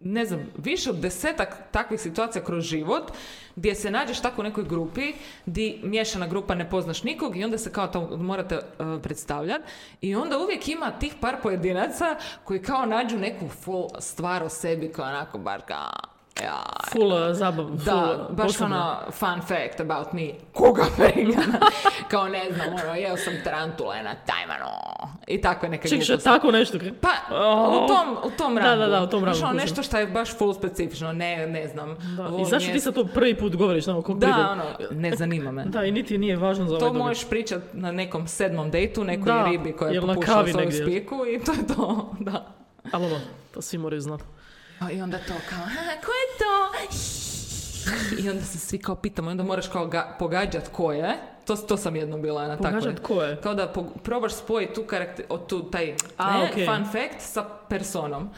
S1: ne znam, više od desetak takvih situacija kroz život gdje se nađeš tako u nekoj grupi di miješana grupa ne poznaš nikog i onda se kao to morate e, predstavljati i onda uvijek ima tih par pojedinaca koji kao nađu neku full stvar o sebi koja onako bar kao ja,
S2: Full uh, zabav,
S1: da,
S2: full,
S1: baš
S2: posebno.
S1: ono fun fact about me. Koga briga? Kao ne znam, ono, jeo sam tarantule na tajmano. I tako neke
S2: Ček, šta,
S1: gluposti.
S2: tako nešto. kaj?
S1: Pa,
S2: Oh.
S1: u tom, u tom
S2: Da,
S1: rangu.
S2: da, da, u tom
S1: Znaš,
S2: rangu,
S1: ono,
S2: kužim.
S1: nešto što je baš full specifično, ne, ne znam.
S2: Da, I
S1: volim
S2: zašto ti
S1: jest-
S2: sad to prvi put govoriš na kog
S1: Da,
S2: briga?
S1: ono, ne zanima me.
S2: Da, i niti nije važno za
S1: To
S2: ovaj događaj.
S1: možeš pričat na nekom sedmom dejtu, nekoj
S2: Da,
S1: ribi koja je
S2: ili na
S1: popušala
S2: kavi
S1: svoju
S2: negdje.
S1: spiku i to je to, da.
S2: Ali ono, to svi moraju znati.
S1: A Pa I onda to kao, "A, ko je to? I onda se svi kao pitamo, i onda moraš kao ga, pogađat ko je. To, to sam jednom bila na takvoj.
S2: Pogađat ko je?
S1: Kao da pog- probaš spojiti tu, karakter, o, tu taj
S2: A,
S1: ne,
S2: E, okej.
S1: fun fact sa personom.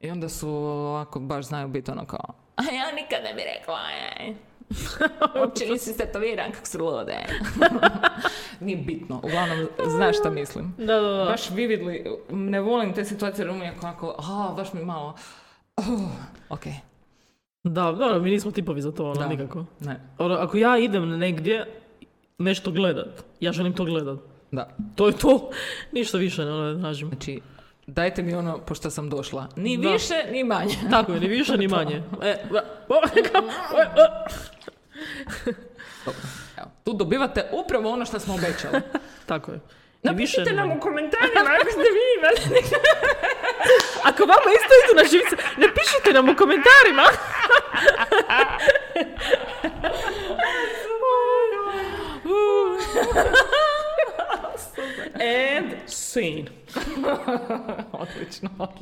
S1: I onda su ovako, baš znaju biti ono kao, a ja nikad ne bi rekla, ej. Uopće nisi tetoviran kako se lude. Nije bitno, uglavnom znaš šta mislim.
S2: Da, da, da.
S1: Baš vividli, ne volim te situacije jer umijek onako, a, baš mi malo, oh, ok,
S2: Da, dobro, mi nismo tipovi za to, ono,
S1: Da.
S2: nikako.
S1: ne,
S2: Ono, ako ja idem negdje nešto gledat, ja želim to gledat.
S1: da,
S2: To je to. Ništa više ne ono, ne tražim.
S1: znači, dajte mi ono po što sam došla, ni
S2: Da.
S1: više, ni manje.
S2: Tako je, ni više ni manje. E, ba- o, kao-
S1: Dobro, evo, tu dobivate upravo ono što smo obećali.
S2: Tako je. Ni više,
S1: Napišite
S2: ni
S1: nam
S2: manje.
S1: u komentarima ako ste vi imali
S2: Ako vama isto idu na živce, napišite nam u komentarima. And scene.
S1: odlično, odlično.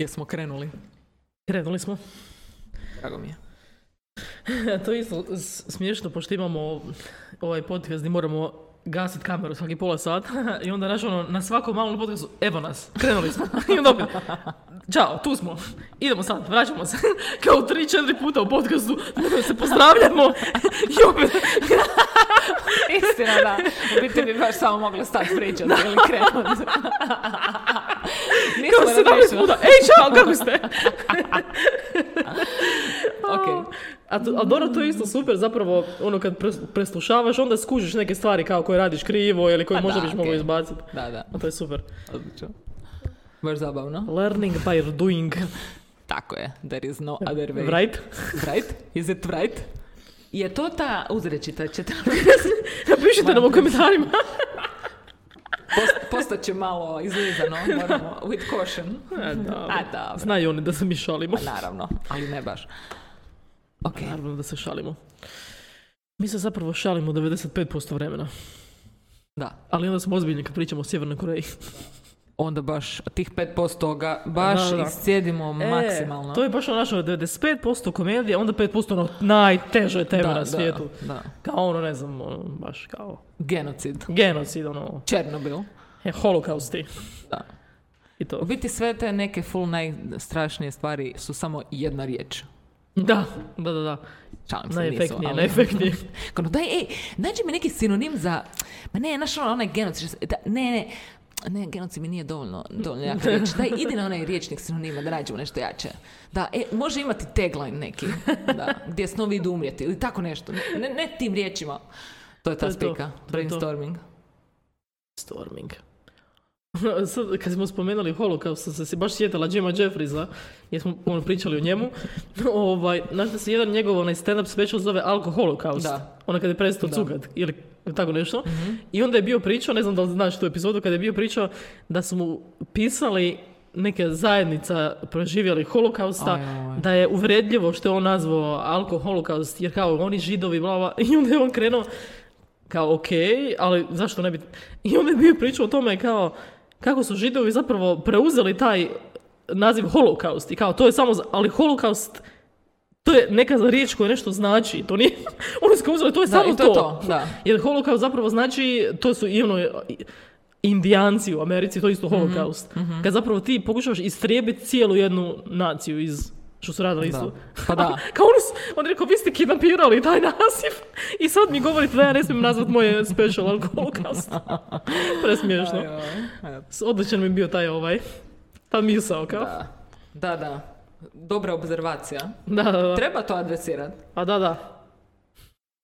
S1: Jesmo krenuli,
S2: Krenuli smo.
S1: drago mi je.
S2: to je isto s- smiješno, pošto imamo ovaj podcast gdje moramo gasit kameru svaki pola sata i onda naš ono, na svakom malom podcastu, evo nas, krenuli smo. I onda opet, čao, tu smo, idemo sad, vraćamo se. Kao tri, četiri puta u podcastu, se pozdravljamo i opet,
S1: Istina, da. U biti bi baš samo mogla stati pričati ili krenuti.
S2: kao
S1: Nismo
S2: sedamnaest
S1: razmišljali.
S2: puta, ej čao, kako ste?
S1: Ok,
S2: A, to, a dobro, to je isto super, zapravo, ono kad pres- preslušavaš, onda skužiš neke stvari kao koje radiš krivo ili koje
S1: Pa
S2: možda
S1: da,
S2: biš mogao
S1: okej.
S2: izbaciti.
S1: da, da.
S2: A to je super.
S1: Odlično. Baš zabavno.
S2: Learning by doing,
S1: Tako je. There is no other way.
S2: right?
S1: Right? Is it right? Je to ta uzrečica će
S2: Napišite nam u komentarima.
S1: postaće malo izlizano, moramo, with caution.
S2: A, dobro.
S1: A, dobro.
S2: Znaju oni da se mi šalimo.
S1: Pa Naravno, ali ne baš. Ok,
S2: Naravno da se šalimo. Mi se zapravo šalimo 95% vremena.
S1: Da.
S2: Ali onda smo ozbiljni kad pričamo o Sjevernoj Koreji.
S1: Onda baš tih 5% ga baš
S2: Da, da.
S1: iscijedimo
S2: E,
S1: maksimalno.
S2: To je baš ono naša 95% komedije, onda 5% ono najteže teme
S1: Da,
S2: na
S1: da,
S2: svijetu.
S1: da.
S2: Kao ono, ne znam, ono, baš kao
S1: Genocid.
S2: genocid, ono,
S1: Černobil.
S2: e, holokausti
S1: Da.
S2: i to.
S1: U biti sve te neke full najstrašnije stvari su samo jedna riječ.
S2: Da, da, da, da.
S1: Šalim se, nisu,
S2: Najefektnije,
S1: ali-
S2: najefektnije.
S1: Ono, daj, ej, nađi mi neki sinonim za... Ma ne, znaš ono, onaj genocid. što se- Da, ne, ne, ne, genocid mi nije dovoljno, dovoljno jaka riječ. Daj, idi na onaj riječnik sinonima da nađemo nešto jače. Da, e, može imati tagline neki, da, gdje snovi idu umrijeti ili tako nešto. Ne, ne, ne tim riječima. To je ta
S2: To je to, to
S1: spika,
S2: je to.
S1: brainstorming.
S2: Storming. Sad, kad smo spomenuli holokaust, sam se si baš sjetila Jima Jeffriesa, jer smo ono, pričali o njemu. ovaj, znaš da se jedan njegov onaj stand-up special zove Alkoholokaust.
S1: Da.
S2: Ono kada je prestao
S1: Da. Mhm.
S2: cugat ili tako nešto. I onda je bio pričao, ne znam da li znaš tu epizodu, kada je bio pričao da su mu pisali neke zajednica proživjeli holokausta,
S1: Aj, aj.
S2: da je uvredljivo što je on nazvao alkoholokaust, jer kao oni židovi, bla, bla, i onda je on krenuo kao ok, ali zašto ne bi... I onda je bio pričao o tome kao kako su židovi zapravo preuzeli taj naziv holokaust i kao to je samo, za- ali holokaust to je neka riječ koja nešto znači, to nije, oni su kao uzeli, to je
S1: Da,
S2: samo
S1: i to je to, da.
S2: jer holokaust zapravo znači, to su i ono, indijanci u Americi, to je isto holokaust. Kad zapravo ti pokušavaš istrijebiti cijelu jednu naciju iz što su radili isto.
S1: Pa da.
S2: Kao ono, s- on je rekao, vi ste kidnapirali taj naziv i sad mi govorite da ja ne smijem nazvat moje special al- holokaust. Presmiješno. S- Odličan mi je bio taj ovaj, ta misao kao.
S1: Da, Pa, da, da. Dobra obzervacija.
S2: Da, da, da.
S1: Treba to adresirati.
S2: A da, da.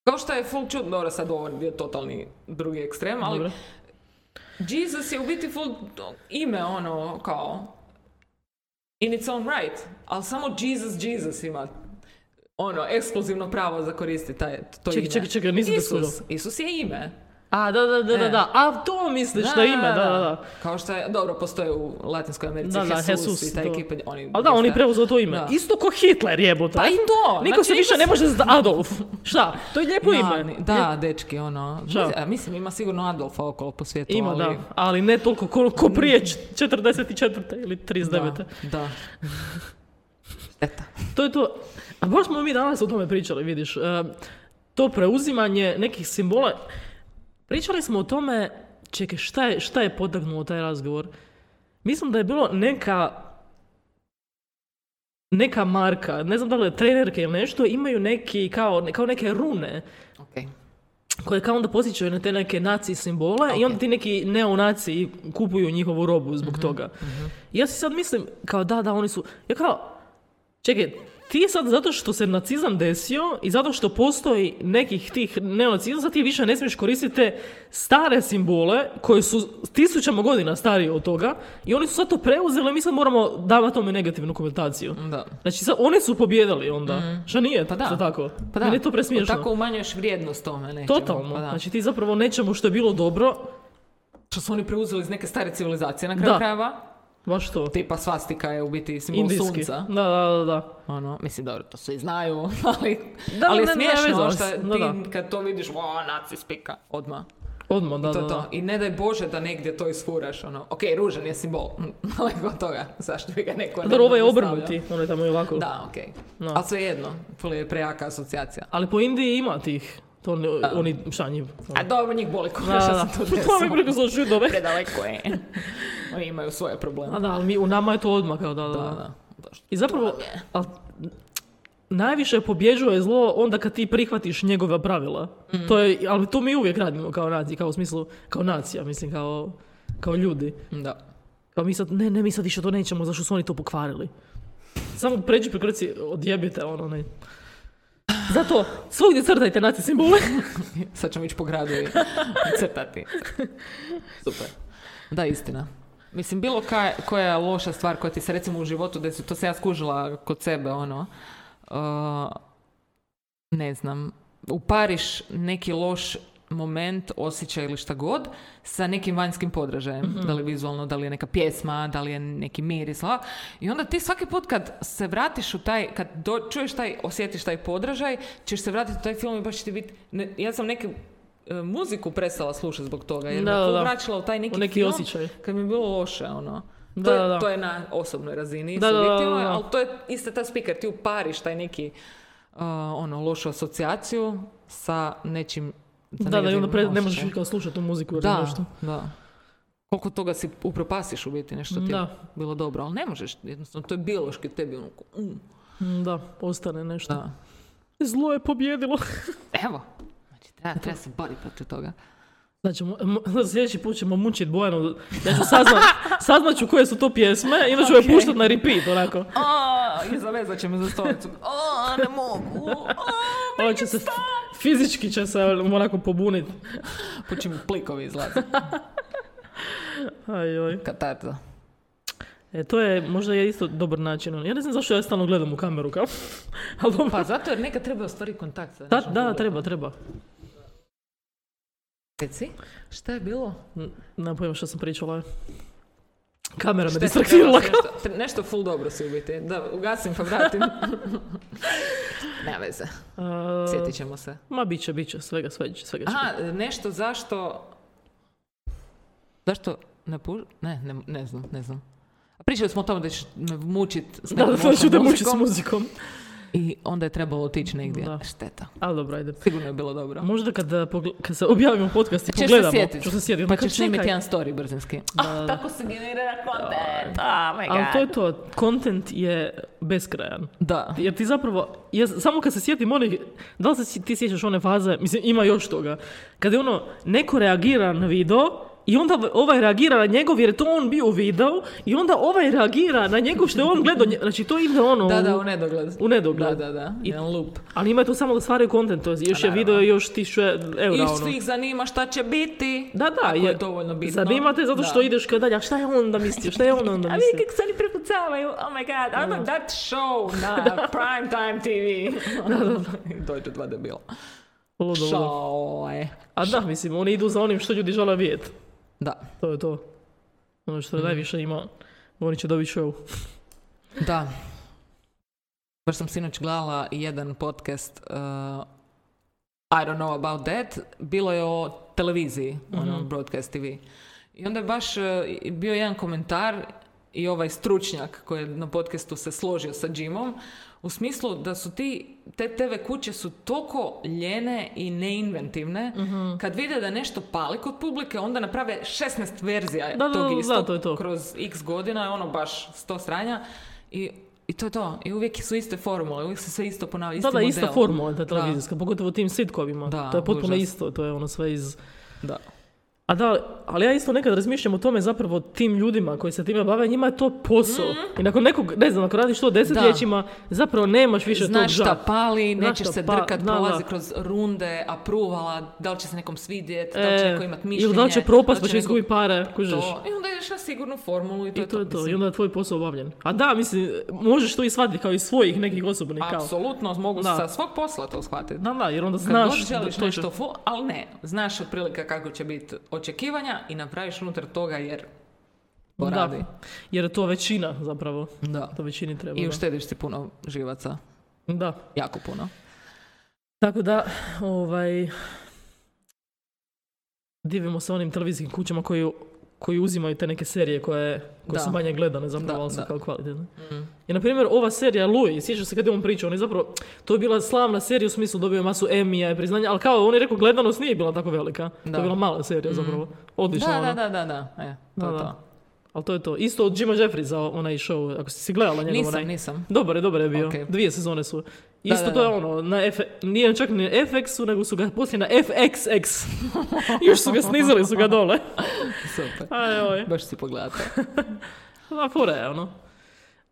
S1: Kao što je full čudno, dobro sad ovo je bio totalni drugi ekstrem, ali
S2: Dobro.
S1: Jesus je u biti full to- ime ono kao in its own right, ali samo Jesus Jesus ima ono ekskluzivno pravo za koristiti taj to
S2: Čekaj,
S1: ime.
S2: čekaj, čekaj, nisam to
S1: Isus,
S2: skužila.
S1: Isus je ime.
S2: A, da, da, da, da,
S1: E.
S2: da. A to misliš da, ima, da, da, da.
S1: Kao što je, dobro, postoje u Latinskoj Americi
S2: Da, da,
S1: Jesus,
S2: Jesus,
S1: i ta
S2: to.
S1: ekipa, oni...
S2: Ali da, oni
S1: dosta-
S2: preuzeo to ime.
S1: Da.
S2: Isto ko Hitler jebote.
S1: Pa i to!
S2: Niko
S1: znači,
S2: se više
S1: niko
S2: ne može zda- Adolf. Šta? To je lijepo ime.
S1: Da, da, dečki, ono...
S2: Šta?
S1: a Mislim, ima sigurno Adolfa okolo po svijetu,
S2: Ima,
S1: ali...
S2: da. Ali ne toliko ko, ko prije č- 44. ili
S1: Mm.
S2: 39.
S1: Da, da. Šteta.
S2: To je to. A baš smo mi danas o tome pričali, vidiš. E, to preuzimanje nekih simbola. Pričali smo o tome, čekaj, šta je, šta je potaknulo taj razgovor? Mislim da je bilo neka neka marka, ne znam da li je trenerke ili nešto, imaju neki, kao, kao neke rune.
S1: Okej.
S2: koje kao onda posjećaju na te neke naci simbole i onda ti neki neonaci kupuju njihovu robu zbog
S1: Mhm,
S2: toga. I ja si sad mislim, kao da, da, oni su, ja kao, čekaj, ti sad zato što se nacizam desio i zato što postoji nekih tih neonacizama, sad ti više ne smiješ koristiti te stare simbole koji su tisućama godina stariji od toga i oni su sad to preuzeli i mi sad moramo davati tome negativnu komentaciju.
S1: Da.
S2: Znači, sad, oni su pobjedali onda. Šta nije?
S1: Pa da.
S2: sad tako.
S1: Pa da,
S2: Meni je to presmiješno.
S1: Tako umanjuješ vrijednost tome nečemu.
S2: Totalno.
S1: Pa da.
S2: Znači ti zapravo nečemu što je bilo dobro,
S1: Što su oni preuzeli iz neke stare civilizacije na kraju
S2: Da.
S1: krajeva.
S2: baš to.
S1: Tipa svastika je u biti simbol
S2: Indijski.
S1: sunca.
S2: Da, da, da, da.
S1: Ono, mislim, dobro, to svi znaju, ali,
S2: Da,
S1: ali je
S2: ne, ne,
S1: smiješno
S2: ne,
S1: što je
S2: da,
S1: ti kad to vidiš, o, naci spika, odmah.
S2: Odmah, da,
S1: To
S2: da,
S1: je to.
S2: da.
S1: I ne daj Bože da negdje to isfuraš, ono, ok, ružan je simbol, ali kod toga, zašto bi ga neko...
S2: Dobro, ovo je
S1: random stavljao?
S2: obrnuti, ono je tamo i ovako.
S1: Da, ok.
S2: No.
S1: Ali svejedno, ful je prejaka asocijacija.
S2: Ali po Indiji ima tih, to ne, oni šanji.
S1: A dobro, njih boli koja
S2: Da,
S1: što
S2: da,
S1: sam
S2: da.
S1: to desila.
S2: To mi preko su židove.
S1: Predaleko je. Oni imaju svoje probleme.
S2: A da, ali mi, u nama je to odmah kao da, da,
S1: Da,
S2: da.
S1: da. Baš.
S2: I zapravo, al, najviše pobjeđuje zlo onda kad ti prihvatiš njegova pravila.
S1: Mm.
S2: To je, ali to mi uvijek radimo kao nacija, kao u smislu, kao nacija, mislim, kao, kao ljudi.
S1: Da.
S2: Kao Pa mi sad, ne, ne, mi sad više to nećemo, zašto su oni to pokvarili. Samo pređi preko reci, odjebite ono, ne. Zato, svugdje crtajte naci simbole.
S1: Sad ćemo ići po gradu i crtati. Super. Da, istina. Mislim, bilo ka- koja je loša stvar koja ti se recimo u životu desi, to se ja skužila kod sebe, ono, uh, ne znam, upariš neki loš moment, osjećaj ili šta god sa nekim vanjskim podražajem,
S2: Mhm.
S1: da li vizualno, da li je neka pjesma, da li je neki miris, la. i onda ti svaki put kad se vratiš u taj, kad do, čuješ taj, osjetiš taj podražaj, ćeš se vratiti u taj film i baš će ti biti, ne- ja sam neke e, muziku prestala slušati zbog toga, jer
S2: Da,
S1: me to
S2: da, da.
S1: vraćala u taj neki,
S2: U neki
S1: film
S2: osjećaj.
S1: kad mi je bilo loše, ono.
S2: Da,
S1: to, je,
S2: da, da.
S1: to je na osobnoj razini,
S2: Da, da, da,
S1: subjektivno,
S2: da, da.
S1: ali to je ista ta speaker, ti upariš taj neki uh, ono, lošu asocijaciju sa nečim sa
S2: Da, da, i onda
S1: negativnim
S2: pre, ne možeš
S1: osjećajem.
S2: nikada slušati tu muziku ili
S1: da,
S2: nešto.
S1: da. Koliko toga si upropasiš u biti nešto ti je
S2: Da.
S1: bilo dobro, ali ne možeš, jednostavno to je biološki u tebi ono, ko- mm,
S2: Mm, Da, ostane nešto.
S1: da.
S2: Zlo je pobjedilo.
S1: Evo, znači treba, treba se boriti protiv toga.
S2: Znači, mo- mo- sljedeći put ćemo mučit Bojanu. Ja ću saznat, saznat ću koje su to pjesme i onda ću je puštat na repeat, onako.
S1: A, i zavezat će me za stolicu. A, ne mogu.
S2: Ona će se, fizički će se ono, onako pobunit.
S1: Počim plikovi izlaze.
S2: Ajoj.
S1: Katarza.
S2: E, to je možda je isto dobar način. ono. Ja ne znam zašto ja stalno gledam u kameru, kao. Ali dobro.
S1: Pa zato jer nekad treba ostvariti kontakt sa
S2: Da,
S1: našom
S2: da,
S1: publikom.
S2: treba, treba.
S1: Reci, šta je bilo?
S2: Nemam pojma što sam pričala. Kamera me
S1: Šta je-
S2: distraktirala.
S1: Nešto, tre- nešto full dobro si u biti. Da, ugasim pa vratim. ne veze,
S2: A,
S1: sjetit ćemo se.
S2: Ma bit će, bit će, svega, svega će, svega će.
S1: Aha, nešto zašto... Zašto ne puš... Ne, ne, ne znam, ne znam. Pričali smo o tome da ćeš me mučit s
S2: Da,
S1: nekom
S2: da, to ću
S1: lošom
S2: da muči s
S1: muzikom
S2: muzikom.
S1: I onda je trebalo otići negdje.
S2: Da.
S1: Šteta.
S2: Ali dobro, ajde.
S1: Sigurno je bilo dobro.
S2: Možda kad, a, pogle- kad se objavimo podcast i
S1: Pa Ćeš se
S2: pogledamo.
S1: sjetit.
S2: Ću se sjetiti.
S1: Pa
S2: Onako,
S1: ćeš snimiti
S2: čekaj.
S1: jedan story brzinski.
S2: da.
S1: Ah, tako se generira content. Oh my
S2: Ali to
S1: god.
S2: je to, content je beskrajan.
S1: Da.
S2: Jer ti zapravo, ja, samo kad se sjetim onih, da li se sj- ti sjećaš one faze, mislim ima još toga, kad je ono, neko reagira na video i onda v- ovaj reagira na njegov jer je to on bio u videu i onda ovaj reagira na njegov što je on gledao, nje- znači to ide ono,
S1: Da, da,
S2: u-
S1: u nedogled.
S2: u nedogled.
S1: Da, da, da.
S2: I-
S1: Jedan loop.
S2: ali ima tu samo da stvaraju kontent, to je još je video još tisuće eura
S1: I
S2: ono.
S1: svih zanima šta će biti.
S2: Da, da,
S1: Ako je dovoljno bitno.
S2: Zanima te zato što
S1: Da.
S2: ideš kao dalje, a šta je on da mislio, šta je on onda
S1: A vidi
S2: mislio.
S1: kako se oni prepucavaju, oh my god, I'm on that show na prime time TV. Dođu dva debila.
S2: Ludo, ludo.
S1: Šao eh. je.
S2: A da, mislim, oni idu za onim što ljudi žele vidjeti.
S1: Da,
S2: To je to. Ono što
S1: Mhm.
S2: najviše ima, oni će dobiti show.
S1: da. Baš sam sinoć gledala jedan podcast uh, I don't know about that. Bilo je o televiziji, ono,
S2: Mhm.
S1: broadcast TV. I onda je baš uh, bio jedan komentar i ovaj stručnjak koji je na podcastu se složio sa Jimom u smislu da su ti, te TV kuće su toliko ljene i neinventivne
S2: Mhm.
S1: kad vide da nešto pali kod publike onda naprave 16 verzija
S2: Da, da,
S1: tog
S2: da,
S1: istog
S2: to je to.
S1: kroz x godina ono baš 100 stranja i, i to je to. I uvijek su iste formule, uvijek se sve isto ponavlja,
S2: Da,
S1: isti
S2: da,
S1: model.
S2: ista formula ta
S1: Da.
S2: televizijska, pogotovo u tim sitkovima.
S1: Da,
S2: to je potpuno
S1: užas.
S2: isto, to je ono sve iz...
S1: Da.
S2: A da, ali ja isto nekad razmišljam o tome zapravo tim ljudima koji se time bave, njima je to posao.
S1: Mhm.
S2: I nakon nekog, ne znam, ako radiš to desetljećima, zapravo nemaš više tog
S1: Znaš
S2: žara.
S1: šta pali,
S2: Znaš
S1: nećeš
S2: šta
S1: se
S2: pa-
S1: drkat,
S2: da, da.
S1: prolazi kroz runde, apruvala, da li će se nekom svidjeti, da li će
S2: E,
S1: neko imat mišljenje.
S2: Ili da li će propast pa će
S1: neko-
S2: izgubiti pare, kužiš.
S1: To. I onda ideš na sigurnu formulu i to
S2: I
S1: je to.
S2: to je to, i
S1: mislim.
S2: onda je tvoj posao obavljen. A da, mislim, možeš to i shvatiti kao iz svojih nekih osobnih, kao.
S1: Apsolutno, mogu
S2: Da.
S1: sa svog posla to shvatiti.
S2: Da, da, jer onda
S1: Kad
S2: znaš
S1: god želiš
S2: da to će-
S1: nešto fu, ali ne, znaš otprilike kako će biti očekivanja i napraviš unutar toga jer to radi.
S2: Da, jer je to većina zapravo.
S1: Da.
S2: To većini treba.
S1: I
S2: da.
S1: uštediš si puno živaca,
S2: Da.
S1: jako puno.
S2: Tako da, ovaj... Divimo se onim televizijskim kućama koji, koji uzimaju te neke serije koje, koje
S1: Da.
S2: su manje gledane zapravo,
S1: Da,
S2: ali su
S1: da. Mm.
S2: kao kvalitetne. I na primjer ova serija Louis, sjećaš se kad je on pričao, on je zapravo, to je bila slavna serija u smislu dobio je masu Emija i priznanja, ali kao on je rekao gledanost nije bila tako velika.
S1: Da.
S2: To
S1: Mm.
S2: je bila mala serija zapravo. Odlična
S1: Da,
S2: ona.
S1: da, da, da, da. E, to
S2: Da,
S1: je
S2: da.
S1: to.
S2: Ali to je to. Isto od Jima Jeffriesa onaj show, ako si si gledala njegov onaj.
S1: Nisam, nisam.
S2: Dobar je, dobar je bio.
S1: Ok.
S2: Dvije sezone su. Isto
S1: da,
S2: to je
S1: da.
S2: ono, na F, nije čak ni na FX-u, nego su ga poslije na FXX. Još su ga snizali, su ga dole.
S1: Super.
S2: Aj, oj.
S1: Baš si pogledala.
S2: Da, fora je, ono.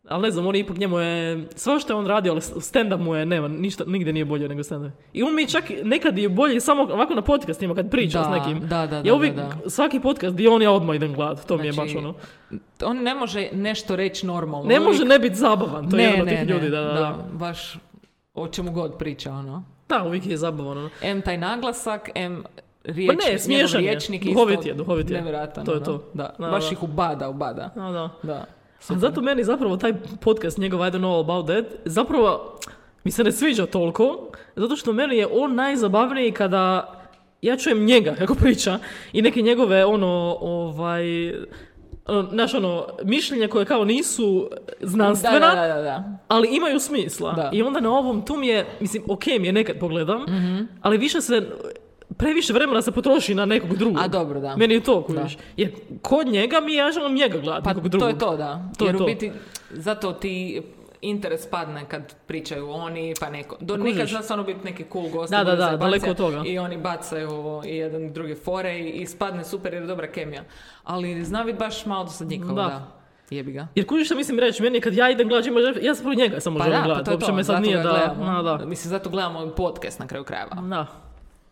S2: Ali ne znam, on ipak njemu je, sve što je on radio, ali stand-up mu je, nema, ništa, nigdje nije bolje nego stand-up. I on mi je čak nekad je bolje samo ovako na podcastima kad priča
S1: Da,
S2: s
S1: da,
S2: nekim.
S1: da, da,
S2: ja uvijek,
S1: da, da.
S2: svaki podcast gdje on ja odmah idem gledat, to mi je baš
S1: Znači,
S2: ono.
S1: On ne može nešto reći normalno.
S2: Ne
S1: Uvijek-
S2: može ne biti zabavan, to je
S1: ne,
S2: jedan od
S1: ne,
S2: tih ljudi,
S1: ne,
S2: da, da, da.
S1: Baš o čemu god priča, ono.
S2: Da, uvijek je zabavan, ono.
S1: M taj naglasak, M riječ,
S2: Pa ne,
S1: njegov
S2: smiješan je.
S1: rječnik
S2: Duhovit
S1: isto
S2: je, duhovit je.
S1: nevjerojatan,
S2: To je
S1: ono.
S2: to.
S1: Da,
S2: Da, da.
S1: baš ih ubada, ubada.
S2: Da, da.
S1: Da.
S2: A zato meni zapravo taj podcast njegov I don't know about that zapravo mi se ne sviđa toliko zato što meni je on najzabavniji kada ja čujem njega kako priča i neke njegove ono, ovaj, ono, znaš ono, mišljenja koje kao nisu znanstvena,
S1: Da, da, da, da, da.
S2: ali imaju smisla.
S1: Da.
S2: I onda na ovom tu mi je, mislim, ok mi je nekad pogledam,
S1: Mhm.
S2: ali više se, previše vremena se potroši na nekog drugog.
S1: A dobro, da.
S2: Meni je to kužiš. Jer kod njega mi je, ja želim njega gledati,
S1: Pa
S2: nekog
S1: to
S2: drugog.
S1: je to, da.
S2: To je
S1: Jer
S2: to.
S1: u biti, zato ti interes padne kad pričaju oni, pa neko. Do
S2: Kužiš.
S1: nikad zna stvarno biti neki cool gost.
S2: Da, da,
S1: bude
S2: da,
S1: zajebancija
S2: daleko od toga.
S1: I oni bacaju ovo i jedan i drugi fore i, i spadne super jer je dobra kemija. Ali zna biti baš malo dosadnjikovo,
S2: Da.
S1: da. Jebi ga.
S2: Jer kužiš što mislim reći, meni je kad ja idem gledati Jim Jeffries, ja sam prvo njega samo
S1: Pa
S2: želim
S1: da, pa
S2: gledati.
S1: to je
S2: Uopće
S1: to.
S2: me sad
S1: zato
S2: nije
S1: ga
S2: da,
S1: gledamo.
S2: ma, da.
S1: Mislim, zato gledamo ovaj podcast na kraju krajeva,
S2: Da.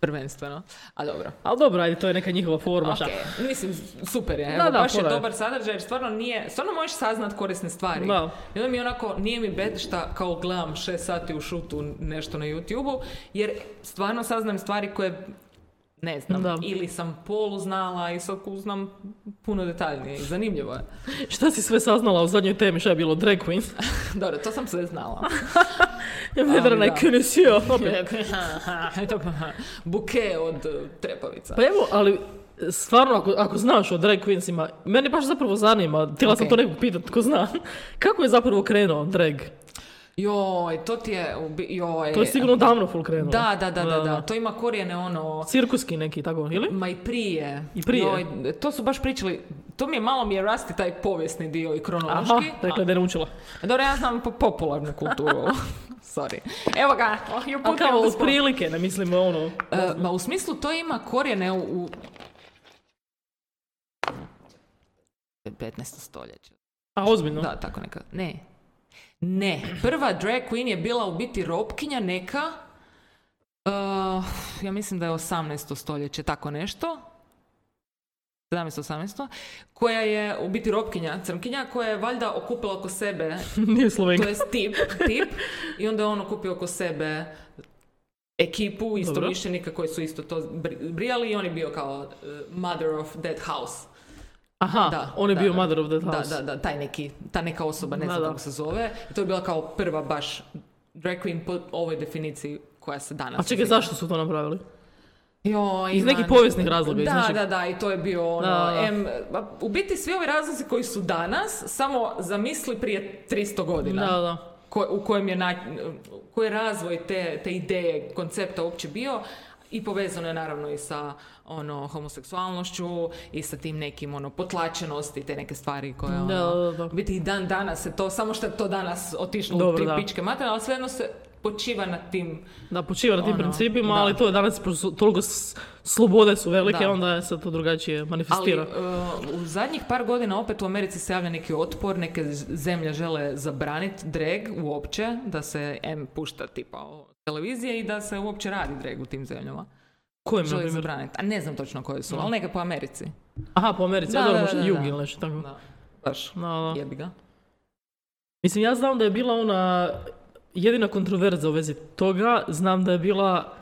S1: prvenstveno. A dobro.
S2: Ali dobro, ajde, to je neka njihova forma. šta.
S1: Ok, mislim, super je.
S2: Da,
S1: Evo,
S2: da,
S1: baš je
S2: fora je.
S1: dobar sadržaj jer stvarno nije, stvarno možeš saznat korisne stvari.
S2: Da.
S1: I onda mi je onako, nije mi bed šta kao gledam šest sati u šutu nešto na youtube jer stvarno saznam stvari koje ne znam,
S2: Da.
S1: ili sam polu znala i sad znam puno detaljnije i zanimljivo je.
S2: Šta si sve saznala u zadnjoj temi, šta je bilo, drag queen?
S1: Dobro, to sam sve znala.
S2: Vedrana je
S1: da.
S2: kjunisio, opet.
S1: Buke pa, od eh, trepavica.
S2: Pa evo, ali stvarno ako, ako znaš o drag queensima, mene baš zapravo zanima, htjela sam
S1: Ok.
S2: to nekog pitat, tko zna, kako je zapravo krenuo drag?
S1: Joj, to ti je... ubi- Joj.
S2: To je sigurno davno full krenulo.
S1: E, Da, da, da, da, da. To ima korijene ono...
S2: Cirkuski neki, tako, ili?
S1: Ma i prije.
S2: I prije?
S1: Joj, to su baš pričali, to mi je malo mi je rasti taj povijesni dio i kronološki.
S2: Aha, rekla je da je naučila.
S1: A, dobro, ja znam po- popularnu kulturu. Sorry. Evo ga. Oh, you
S2: A
S1: put me
S2: Pa kao,
S1: on the
S2: od
S1: spot.
S2: prilike, ne mislim, ono,
S1: E, ma u smislu to ima korijene u... u... 15. stoljeće.
S2: a ozbiljno.
S1: Da, tako neka. Ne. Ne. Prva drag queen je bila u biti ropkinja neka. e, ja mislim da je 18. stoljeće, tako nešto. 17. 18. Koja je u biti ropkinja, crnkinja, koja je valjda okupila oko sebe,
S2: Nije
S1: to
S2: Slovenka.
S1: je tip, tip, i onda je on okupio oko sebe ekipu istomišljenika koji su isto to bri- brijali i on je bio kao e, mother of that house.
S2: Aha,
S1: Da,
S2: on je
S1: da,
S2: bio
S1: da.
S2: mother of the
S1: Da,
S2: house.
S1: da, da, taj neki, ta neka osoba, ne
S2: Da,
S1: znam
S2: Pa da.
S1: kako se zove. I to je bila kao prva baš drag queen po ovoj definiciji koja se danas...
S2: A čekaj,
S1: uzima.
S2: zašto su to napravili?
S1: Joj,
S2: Iz
S1: ima-
S2: nekih povijesnih razloga, iz
S1: Da,
S2: nečeg-
S1: da, da, i to je bio ono...
S2: Da, da.
S1: em, ba, u biti svi ovi razlozi koji su danas, samo zamisli prije 300 godina.
S2: Da, da.
S1: Ko- u kojem je, na, koji je razvoj te, te ideje, koncepta uopće bio i povezano je naravno i sa ono, homoseksualnošću i sa tim nekim ono, potlačenosti, te neke stvari koje ono,
S2: Da, da, da.
S1: u biti i dan danas se to, samo što je to danas otišlo u
S2: Dobro,
S1: tri
S2: da.
S1: pičke materije, ali svejedno se počiva na tim
S2: Da, počiva na tim
S1: Ono,
S2: principima,
S1: da.
S2: ali to je danas, prosto toliko s- slobode su velike,
S1: Da.
S2: onda se to drugačije
S1: Ali
S2: manifestira.
S1: e, u zadnjih par godina opet u Americi se javlja neki otpor, neke z- zemlje žele zabraniti drag uopće, da se M pušta tipa o, televizije i da se uopće radi drag u tim zemljama.
S2: Kojim, na
S1: Žele
S2: primjer?
S1: zabraniti. A ne znam točno koje su, ali neke po Americi.
S2: Aha, po Americi,
S1: Da,
S2: ja dobro,
S1: da,
S2: možda
S1: da, da.
S2: jug ili nešto tako.
S1: Da. Baš,
S2: Da, da.
S1: jebi ga.
S2: Mislim, ja znam da je bila ona jedina kontroverza u vezi toga, znam da je bila,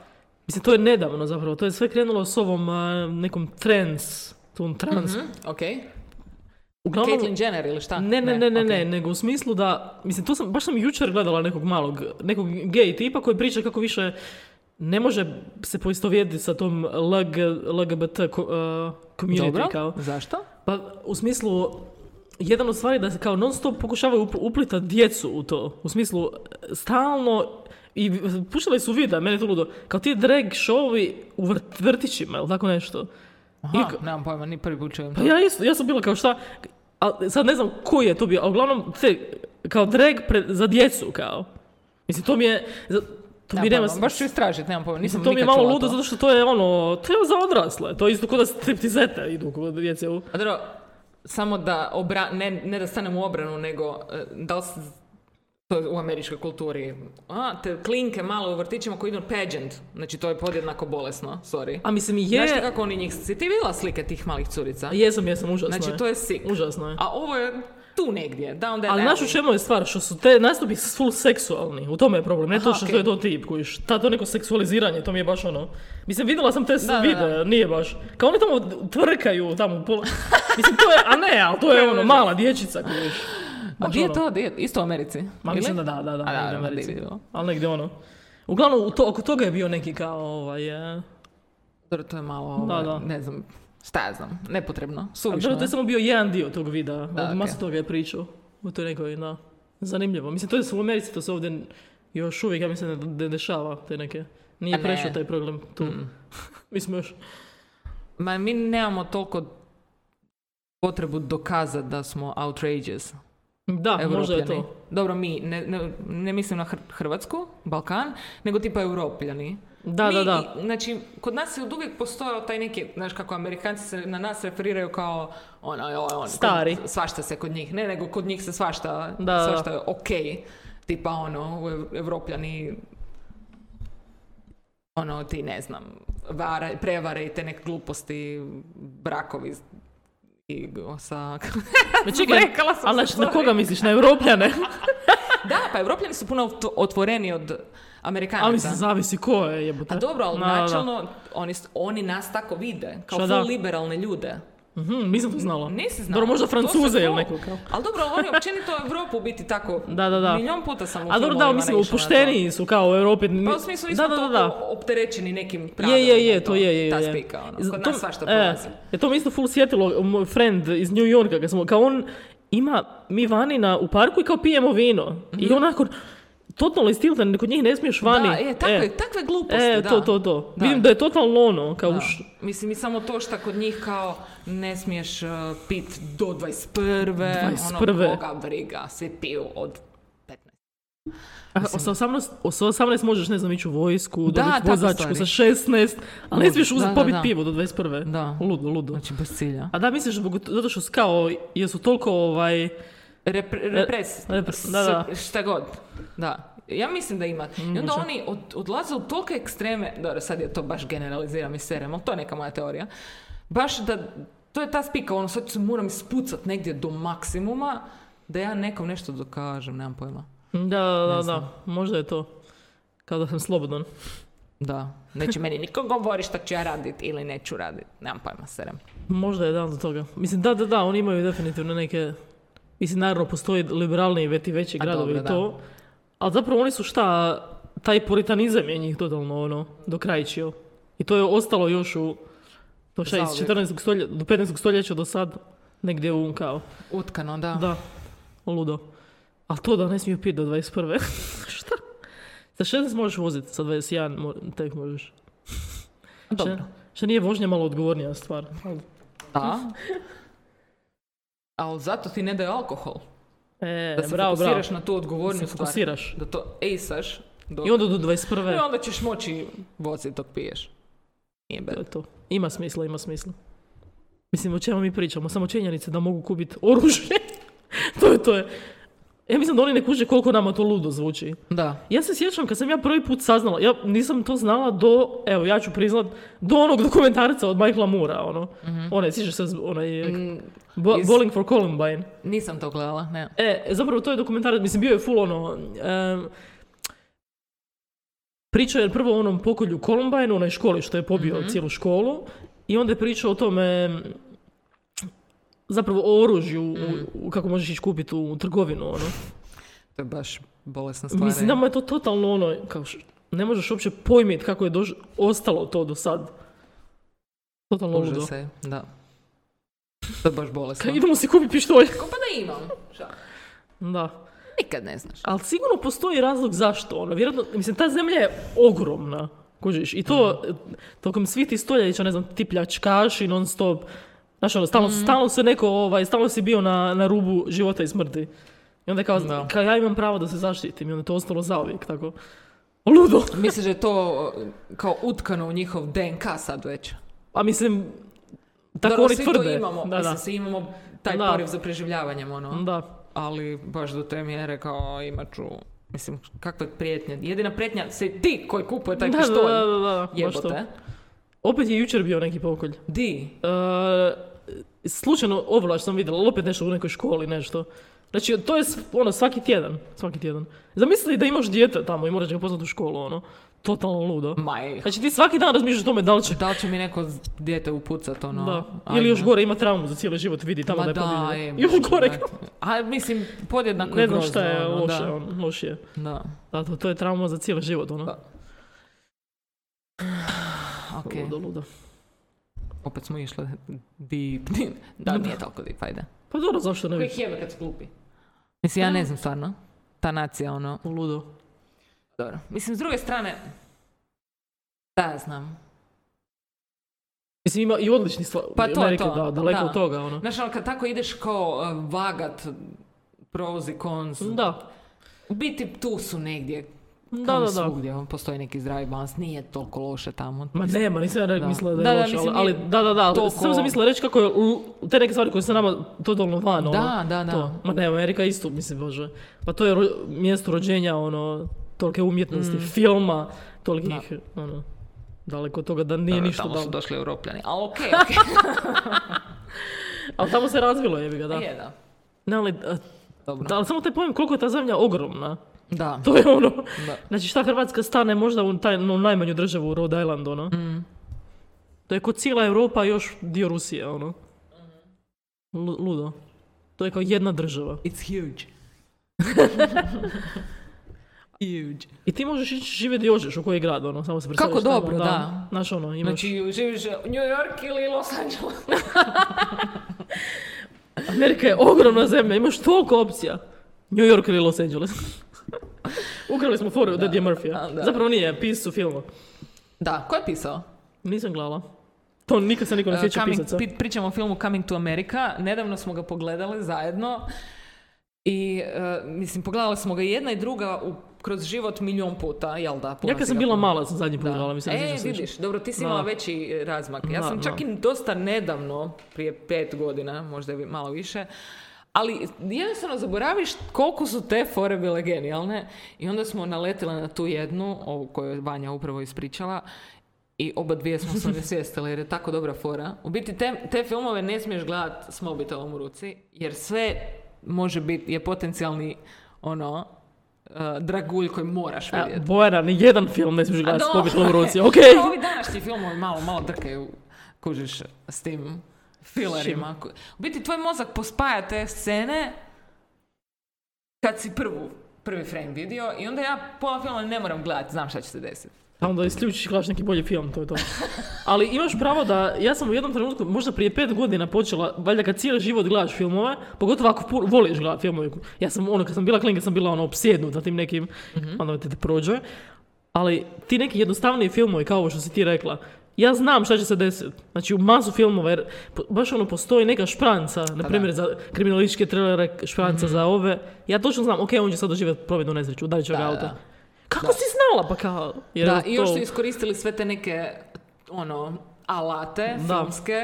S2: mislim, to je nedavno zapravo, to je sve krenulo s ovom eh, nekom trans, tom trans.
S1: Hm? Ok.
S2: Uglavnom,
S1: Caitlyn Jenner ili šta?
S2: ne, ne, ne, ne, ne,
S1: ok.
S2: nego u smislu da, mislim, to sam, baš sam jučer gledala nekog malog, nekog gej tipa koji priča kako više ne može se poistovjetiti sa tom LG, LGBT ko- eh, community
S1: Dobro,
S2: kao.
S1: zašto?
S2: Pa u smislu, jedan od stvari da se kao non stop pokušavaju up- uplitati djecu u to. U smislu, stalno i v- puštali su videa, meni je to ludo, kao ti drag showi u vrt- vrtićima, ili tako nešto.
S1: Aha,
S2: I k-
S1: nemam pojma, ni prvi put čujem.
S2: Pa ja, isto, ja sam bila kao šta, a sad ne znam koji je to bio, a uglavnom te, kao drag pre- za djecu kao. Mislim, to mi je, za- to
S1: Nemam
S2: mi nema,
S1: pojma, pa baš ću istražiti, nemam pojma, nisam
S2: to mi je
S1: nikad
S2: malo
S1: čula
S2: ludo
S1: to.
S2: zato što to je ono, to je za odrasle, to je isto kod da striptizete idu kod djece u...
S1: A dobro, samo da obra... ne, ne da stanem u obranu, nego e, da li se to je u američkoj kulturi. A, te klinke malo u vrtićima koji idu na pageant. Znači, to je podjednako bolesno, sorry.
S2: A mislim je...
S1: Znaš ti kako oni njih... Si ti vidjela slike tih malih curica?
S2: Jesam, jesam, užasno
S1: Znači,
S2: je.
S1: to je sick.
S2: Užasno je.
S1: A ovo je tu negdje, down that
S2: Ali znaš u
S1: alley.
S2: čemu je stvar? Što su te nastupi full seksualni, u tome je problem. Ne to
S1: Aha,
S2: što
S1: okej.
S2: je to tip koji šta to neko seksualiziranje, to mi je baš ono... Mislim, vidjela sam te
S1: da,
S2: videe, nije baš. Kao oni tamo tvrkaju, tamo... Pola... Mislim, to je... A ne, ali to je ono, mala dječica koji
S1: A gdje je to? Gdje je- Isto u Americi?
S2: Ma
S1: Ili?
S2: mislim da da, da, da,
S1: A da,
S2: negdje u
S1: da,
S2: Americi.
S1: da, da.
S2: Ali negdje ono. Uglavnom, u to, oko toga je bio neki kao ovaj... eh,
S1: Dobro, to je malo,
S2: Da,
S1: ovaj,
S2: da.
S1: ne znam, šta ja znam, nepotrebno,
S2: A
S1: suvišno.
S2: Dobro, to je samo bio jedan dio tog videa,
S1: Da,
S2: od masu
S1: ok.
S2: toga je pričao u toj nekoj, da, zanimljivo. Mislim, to je u Americi, to se ovdje još uvijek, ja mislim, ne, ne dešava te neke,
S1: A
S2: nije
S1: Pa ne. Mm.
S2: prešao taj problem tu. Mi smo još,
S1: Ma mi nemamo toliko potrebu dokazati da smo outrageous.
S2: da, možda je
S1: Europljani.
S2: to.
S1: Dobro, mi, ne, ne, ne mislim na Hr- Hrvatsku, Balkan, nego tipa Europljani.
S2: Da,
S1: Mi
S2: da, da.
S1: i- znači, kod nas je od uvijek postojao taj neki, znaš kako Amerikanci se na nas referiraju kao ono, ono, ono,
S2: Stari.
S1: Kod, svašta se kod njih, ne, nego kod njih se svašta,
S2: Da, da.
S1: svašta je okej. Tipa ono, u Ev- Evropljani ono, ti ne znam, vare, prevare i te neke gluposti, brakovi s- i o, sa...
S2: Ma čekaj,
S1: Rekala sam
S2: ali
S1: se,
S2: znači, na
S1: sorry.
S2: koga misliš, na Europljane?
S1: da, pa Evropljani su puno otv- otvoreni od Amerikanaca.
S2: ali mislim, zavisi ko je jebote.
S1: A Pa dobro, ali
S2: Da, da, da.
S1: načelno oni, s- oni nas tako vide, kao
S2: Šta
S1: full
S2: da?
S1: liberalne ljude.
S2: Mhm, nisam to znala.
S1: Nisi znala.
S2: Dobro, možda
S1: To sam
S2: Francuze ili
S1: to-
S2: nekog. kao.
S1: Ali dobro, ali oni općenito Europu biti tako.
S2: Da, da, da.
S1: Milion puta sam u
S2: A dobro, da,
S1: filmovima
S2: mislim,
S1: naišla na to.
S2: opušteniji su kao u Europi.
S1: Pa u smislu nismo
S2: da, da, da, da.
S1: toliko opterećeni nekim pravilima.
S2: Je, je, je,
S1: i
S2: to je, je,
S1: Ta
S2: je.
S1: spika, ono.
S2: Z-
S1: Kod
S2: to-
S1: nas svašta
S2: e,
S1: prolazi.
S2: E, to mi isto full sjetilo, moj friend iz New Yorka, kad smo, kao on ima, mi vani na, u parku i kao pijemo vino. I onako, totalno istilten, kod njih ne smiješ
S1: Mhm.
S2: vani.
S1: Da, je, takve, takve gluposti,
S2: e,
S1: da.
S2: to, to, to. Vidim da je totalno ono, kao
S1: Da.
S2: š-
S1: Mislim, i samo to što kod njih kao ne smiješ uh, pit do 21.
S2: 21..
S1: Ono, koga briga, svi piju od 15.
S2: A, sa 18, o, sa 18 možeš, ne znam, ići u vojsku,
S1: Da,
S2: dobiti
S1: tako
S2: vozačku
S1: stvari.
S2: sa 16, ali ne smiješ
S1: Da,
S2: uzeti
S1: da,
S2: pobiti
S1: da.
S2: pivo do 21.
S1: Da.
S2: Ludo, ludo.
S1: Znači, bez cilja.
S2: A da, misliš, zbog, zato što su kao, jesu toliko ovaj...
S1: Repre, repres,
S2: repres- da, da. Mhm.
S1: s- šta god. Da. Ja mislim da ima. I onda oni od, odlaze u tolike ekstreme, dobro sad je to baš generaliziram i serem, ali to je neka moja teorija. Baš da, to je ta spika, ono sad se moram ispucat negdje do maksimuma da ja nekom nešto dokažem, nemam pojma.
S2: Da, da, da,
S1: znam.
S2: da, možda je to. Kao da sam slobodan.
S1: Da, neće meni niko govori šta ću ja radit ili neću radit, nemam pojma, serem.
S2: Možda je dan do toga. Mislim, da, da, da, oni imaju definitivno neke... Mislim, naravno, postoji liberalni i veti veći
S1: A
S2: gradovi
S1: dobro,
S2: i to. Ali zapravo oni su šta, taj puritanizam je njih totalno ono, dokrajčio. I to je ostalo još u, to šta, iz
S1: Zauvijek.
S2: 14. stoljeća, do 15. stoljeća do sad, negdje u kao.
S1: Utkano, da.
S2: Da, ludo. A to da ne smiju piti do 21. šta? Sa 16 možeš voziti, sa 21 mo- tek možeš.
S1: Dobro.
S2: Šta, šta nije vožnja malo odgovornija stvar. ali-
S1: Da. Ali zato ti ne daju alkohol.
S2: E,
S1: Da se
S2: bravo, bravo.
S1: fokusiraš na tu odgovornu
S2: Da se
S1: stvar.
S2: fokusiraš.
S1: Da to ejsaš. Dok...
S2: I
S1: I, onda...
S2: onda do 21.
S1: ćeš moći voziti dok piješ. Nije bad.
S2: To je to. Ima smisla, ima smisla. Mislim, o čemu mi pričamo? Samo činjenice da mogu kupiti oružje. to je, to je. Ja mislim da oni ne kuže koliko nama to ludo zvuči.
S1: Da.
S2: Ja se sjećam kad sam ja prvi put saznala, ja nisam to znala do, evo ja ću priznat, do onog dokumentarca od Michaela Moora, ono. Onaj, sjećaš se, z- onaj, Bo-
S1: Mm, iz-
S2: Bowling for Columbine.
S1: Nisam to gledala, ne.
S2: E, zapravo to je dokumentarac, mislim bio je full ono... em, pričao je prvo o onom pokolju Columbine, u onoj školi što je pobio cijelu školu. I onda je pričao o tome... em, Zapravo o oružju, u- u- kako možeš ići kupiti u trgovinu, ono.
S1: To je baš bolesna stvar.
S2: Mislim, nama je to totalno ono, kao, š- ne možeš uopće pojmiti kako je doš- ostalo to do sad. Totalno ludo.
S1: Užas je, eh. da. To je baš bolesno.
S2: Kaj, idemo si kupiti pištolj.
S1: Ko pa da imam? Šta?
S2: Da.
S1: Nikad ne znaš.
S2: Ali sigurno postoji razlog zašto. Ono, vjerojatno, mislim, ta zemlja je ogromna. Kužiš. I to, eh, tokom svih tih stoljeća, ne znam, ti pljačkaši non stop. Znaš, ono, stalno,
S1: Mhm.
S2: stalno se neko, ovaj, stalno si bio na, na rubu života i smrti. I onda je kao,
S1: Da.
S2: kao, ja imam pravo da se zaštitim. I onda je to ostalo zauvijek, tako. Ludo.
S1: Misliš da je to e, kao utkano u njihov DNK sad već?
S2: A mislim, tako
S1: Dobro,
S2: oni
S1: svi
S2: tvrde.
S1: to imamo.
S2: Da, da.
S1: Mislim, svi imamo taj
S2: Da.
S1: poriv za preživljavanjem, ono.
S2: da.
S1: ali baš do te mjere kao imat ću, mislim, kakve prijetnje. Jedina prijetnja se ti koji kupuje taj
S2: Da,
S1: pištolj.
S2: da, da, da, da, baš to.
S1: Jebote.
S2: Opet je jučer bio neki pokolj.
S1: Di?
S2: E, slučajno ovlaš sam vidjela, ali opet nešto u nekoj školi, nešto. Znači, to je s- ono, svaki tjedan, svaki tjedan. Zamisli da imaš dijete tamo i moraš ga poslati u školu, ono. Totalno ludo.
S1: Maj.
S2: Znači, ti svaki dan razmišljaš o tome da li će...
S1: Da li će mi neko z- dijete upucat, ono?
S2: Da.
S1: ajme.
S2: Ili još gore ima traumu za cijeli život, vidi tamo
S1: Ma
S2: da je
S1: da,
S2: pobijeđen.
S1: je,
S2: Još gore,
S1: brate. A mislim, podjednako
S2: ne
S1: je
S2: znam
S1: grozno.
S2: šta je
S1: ono,
S2: loše,
S1: da.
S2: on, lošije.
S1: Da.
S2: Da, to, to je trauma za cijeli život, ono.
S1: Da.
S2: Tako
S1: Ok.
S2: ludo, ludo.
S1: Opet smo išli deep, deep. Da, nije toliko deep, ajde.
S2: Pa dobro, zašto ne bi?
S3: Kojih jebe kad sklupi.
S1: Mislim, ja ne znam stvarno. Ta nacija, ono,
S2: Ludo.
S1: dobro. Mislim, s druge strane, da, ja znam.
S2: Mislim, ima i odlični stvari.
S1: Pa to je
S2: Amerika,
S1: to,
S2: Da, daleko
S1: da.
S2: od toga, ono.
S1: Znaš, ono, kad tako ideš kao eh, vagat, pros i cons,
S2: Da.
S1: u biti tu su negdje.
S2: Da,
S1: kao i
S2: da, da.
S1: Svugdje, ono, postoji neki zdravi balans, nije toliko loše tamo.
S2: Ma nema, nisam ja re-
S1: Da.
S2: mislila da je
S1: Da, da,
S2: loše,
S1: mislim,
S2: ali,
S1: nije
S2: ali da, da, da,
S1: toliko-
S2: samo sam mislila reći kako je u- te neke stvari koje su nama totalno van, ono,
S1: Da, da, da.
S2: to. Ma ne, Amerika isto, mislim, bože, pa to je ro- mjesto rođenja, ono, tolike umjetnosti,
S1: Mm.
S2: filma, tolikih, ono, daleko od toga da nije ništa
S1: tamo su
S2: dalo.
S1: došli europljani, ali okej,
S2: Ali tamo se razvilo, jebi ga, da.
S1: okej. Je, da.
S2: Ne, ali, a,
S1: Dobro.
S2: da, ali samo te pojem koliko je ta zemlja ogromna,
S1: Da.
S2: to je ono,
S1: Da.
S2: znači šta Hrvatska stane možda u taj, no, najmanju državu, u Rhode Island, ono.
S1: Mm.
S2: To je kao cijela Europa i još dio Rusije, ono. Lu- Ludo. To je kao jedna država.
S1: It's huge. huge.
S2: I ti možeš ići živjeti gdje hoćeš, u koji grad, ono, samo se
S1: Kako
S2: preseliš tamo,
S1: dobro, da.
S2: Znaš, ono, imaš...
S1: Znači, živiš u New York ili Los Angeles?
S2: Amerika je ogromna zemlja, imaš toliko opcija. New York ili Los Angeles. Ukrali smo foru od Eddie
S1: a, da.
S2: Murphy. Zapravo nije, piscu filma.
S1: Da, ko je pisao?
S2: Nisam gledala. To nikad se niko ne
S1: E,
S2: sjeća
S1: Coming-
S2: pisaca.
S1: pi- pričamo o filmu Coming to America. Nedavno smo ga pogledali zajedno. I, e, mislim, pogledali smo ga i jedna i druga u, kroz život milion puta, jel da? Puno
S2: Ja kad
S1: si
S2: sam
S1: ga
S2: bila
S1: pogledala.
S2: mala sam zadnji put
S1: Da.
S2: gledala, mislim. ne
S1: E,
S2: sjećam se više.
S1: vidiš, dobro, ti si
S2: Da.
S1: imala veći e, razmak. Ja
S2: Da,
S1: sam čak
S2: da.
S1: i dosta nedavno, prije pet godina, možda je malo više, ali jednostavno zaboraviš koliko su te fore bile genijalne i onda smo naletile na tu jednu, ovu koju je Vanja upravo ispričala, i oba dvije smo se nesvijestile jer je tako dobra fora. U biti te, te filmove ne smiješ gledat s mobitelom u ruci jer sve može biti, je potencijalni ono, e, dragulj koji moraš
S2: A,
S1: vidjeti.
S2: Bojana, ni jedan film ne smiješ gledati s
S1: dobro.
S2: pobjetom u ruci, okej?
S1: Pa Ovi današnji filmovi malo, malo drkaju, kužiš, s tim filerima. U biti, tvoj mozak pospaja te scene kad si prvu, prvi frame vidio i onda ja pola filma ne moram gledati, znam šta će se desiti.
S2: A onda isključiš i gledaš neki bolji film, to je to. Ali imaš pravo da, ja sam u jednom trenutku, možda prije pet godina počela, valjda kad cijeli život gledaš filmove, pogotovo ako pu- voliš gledati filmove. Ja sam, ono, kad sam bila klinka sam bila ono opsjednuta tim nekim,
S1: Mhm.
S2: ono te, te prođe. Ali ti neki jednostavniji filmovi, kao ovo što si ti rekla, ja znam šta će se desiti. Znači u masu filmova, jer po- baš ono postoji neka špranca, na
S1: Pa
S2: primjer za kriminalističke trilere, špranca
S1: Mhm.
S2: za ove. Ja točno znam, ok, on će sad doživjeti prometnu nesreću, udarit će ga
S1: Da,
S2: auto.
S1: da.
S2: Kako si znala pa kao? Jer
S1: da, i još
S2: to-
S1: su iskoristili sve te neke, ono, alate
S2: Da.
S1: filmske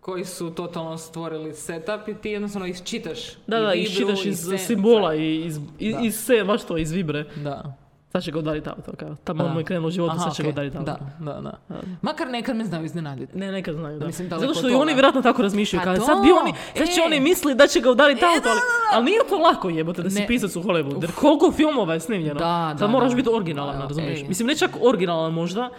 S1: koji su totalno stvorili setup i ti jednostavno isčitaš.
S2: Da,
S1: i
S2: da,
S1: vibru,
S2: iščitaš
S1: i
S2: iz
S1: scenu,
S2: simbola i iz, iz,
S1: Da.
S2: iz se, baš to, iz vibre.
S1: sve. Da.
S2: Sad će ga udariti auto, kao. Tamo
S1: Da.
S2: Pa mu je krenulo život,
S1: Aha,
S2: sad će ga
S1: okej,
S2: udariti auto.
S1: Da, da, da. Makar nekad me znaju iznenaditi.
S2: Ne, nekad znaju, da.
S1: Mislim, daleko
S2: Zato što
S1: od
S2: i
S1: toga.
S2: oni vjerojatno tako razmišljaju,
S1: Pa
S2: kao
S1: to,
S2: sad bi oni, sad će
S1: e.
S2: oni misli da će ga udariti
S1: E,
S2: auto, ali,
S1: da, da,
S2: ali nije to lako jebote da si
S1: Ne.
S2: pisac u Hollywoodu, jer koliko filmova je snimljeno.
S1: Da, da,
S2: sad moraš
S1: da.
S2: biti originalan,
S1: Da,
S2: razumiješ?
S1: ej.
S2: Mislim, ne čak originalan možda,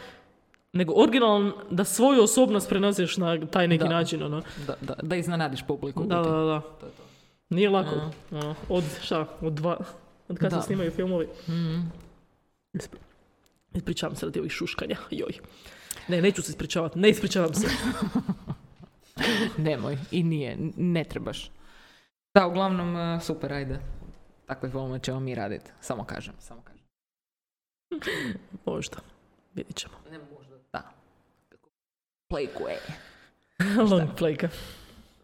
S2: nego originalan da svoju osobnost prenosiš na taj neki
S1: Da.
S2: način, ono.
S1: Da, da, da iznenadiš publiku.
S2: Da, da, da. da. Nije lako. Ono, Od, šta, od dva, od kada
S1: Da. Mm-hmm.
S2: se snimaju filmovi. Ispri- Ispričavam se radi ovih šuškanja, joj. Ne, neću se ispričavati, ne ispričavam se.
S1: Nemoj, i nije, n- ne trebaš. Da, uglavnom, e, super, ajde. Takve filmove ćemo mi raditi. Samo kažem, samo kažem.
S2: Možda, vidit ćemo.
S1: Ne možda, da. Playquay.
S2: Long playka.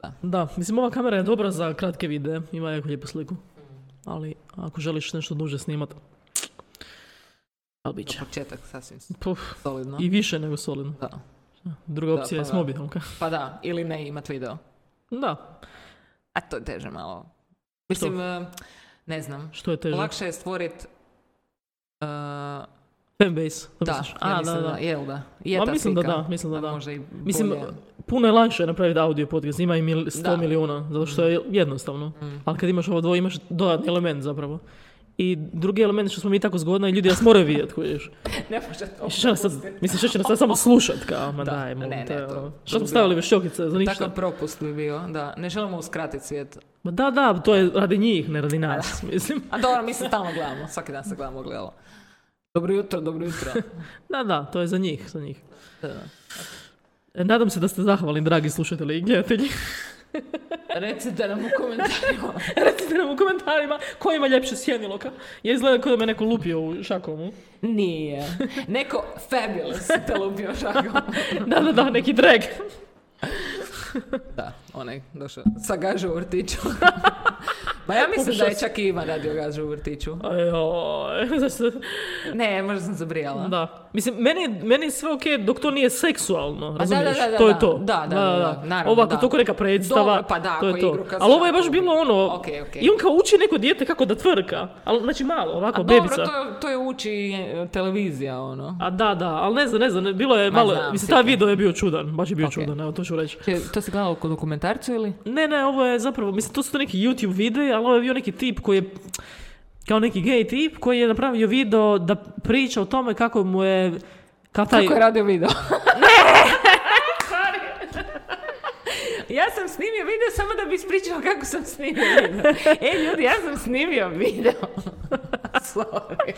S1: Da.
S2: Da, mislim ova kamera je dobra za kratke videe, ima jako lijepu
S1: Mm.
S2: sliku. Ali ako želiš nešto duže snimat, ali bit će.
S1: Početak sasvim
S2: Puf,
S1: solidno.
S2: I više nego solidno.
S1: Da.
S2: Druga
S1: Da,
S2: opcija
S1: pa
S2: je s
S1: da.
S2: mobitelom. ka.
S1: Pa da, ili ne imat video.
S2: Da,
S1: A to je teže malo. Mislim, e, ne znam.
S2: što je teže.
S1: Lakše je stvorit... e,
S2: Fanbase. to
S1: da,
S2: misliš?
S1: ja
S2: A,
S1: mislim
S2: da, da.
S1: Jel da? Je
S2: Ma,
S1: ta
S2: mislim da
S1: slika.
S2: da, mislim da
S1: A
S2: da.
S1: Možda i
S2: Mislim,
S1: bolje.
S2: puno je lakše napraviti audio podcast, ima i mil, 100
S1: Da. Mm.
S2: milijuna, zato što je jednostavno. Ali kad imaš ovo dvoje, imaš dodatni element zapravo. I drugi element što smo mi tako zgodni, ljudi nas moraju vidjeti, kužiš.
S1: ne može to.
S2: I Šta nas sad, mislim, šta će nas sad samo slušat, kao, ma
S1: Da,
S2: daj, molim
S1: ne,
S2: te,
S1: ne, to-
S2: ono.
S1: to
S2: Šta
S1: bi
S2: smo stavili već šokice za ništa?
S1: Takav propust bi bio, da. Ne želimo uskratiti svijet.
S2: Ma da, da, to je radi njih, ne radi nas, mislim.
S1: A dobro, mi se stalno gledamo. Svaki dan se gledamo gledalo. Dobro jutro, dobro jutro.
S2: Da, da, to je za njih, za njih. E, Nadam se da ste zahvalni, dragi slušatelji i gledatelji.
S1: Recite nam u komentarima.
S2: Recite nam u komentarima ko ima ljepše sjeniloka. Ja izgledam kao da me neko lupio u šakomu.
S1: Nije. Neko fabulous te lupio šakom.
S2: Da, da, da, neki drag.
S1: Da, onaj došao. Sa gažu u vrtiću. Ma ja mislim da
S2: Pokušao
S1: je čak i Ivan radio gažu u vrtiću.
S2: Ajoj, zašto?
S1: Ne, možda sam zabrijala.
S2: Da. Mislim, meni, je- meni je sve ok dok to nije seksualno, razumiješ?
S1: da, da, da,
S2: to
S1: da.
S2: je to.
S1: Da, da, da, da, naravno,
S2: Ovo ako
S1: da.
S2: to neka predstava,
S1: Dobro, pa da,
S2: to je
S1: ako
S2: to.
S1: igru kad
S2: Ali ovo je
S1: sad-
S2: baš bilo ono,
S1: Ok, ok.
S2: i on kao uči neko dijete kako da tvrka. Ali, znači malo, ovako,
S1: A
S2: bebica.
S1: dobro, to, to je uči e, televizija, ono.
S2: A da, da, ali ne znam, ne znam, ne- bilo je
S1: Ma
S2: malo,
S1: znam,
S2: mislim,
S1: sika.
S2: taj video je bio čudan, baš je bio
S1: Ok.
S2: čudan, evo, to ću reći.
S1: Če- To si gledala kod dokumentarcu ili?
S2: Ne, ne, ovo je zapravo, mislim, to su to neki YouTube videi, ali ovo je bio neki tip koji je, kao neki gay tip, koji je napravio video da priča o tome kako mu je, kao taj...
S1: Kako je radio video? Ja sam snimio video samo da bi ispričala kako sam snimio video. E, ljudi, ja sam snimio video. Sorry.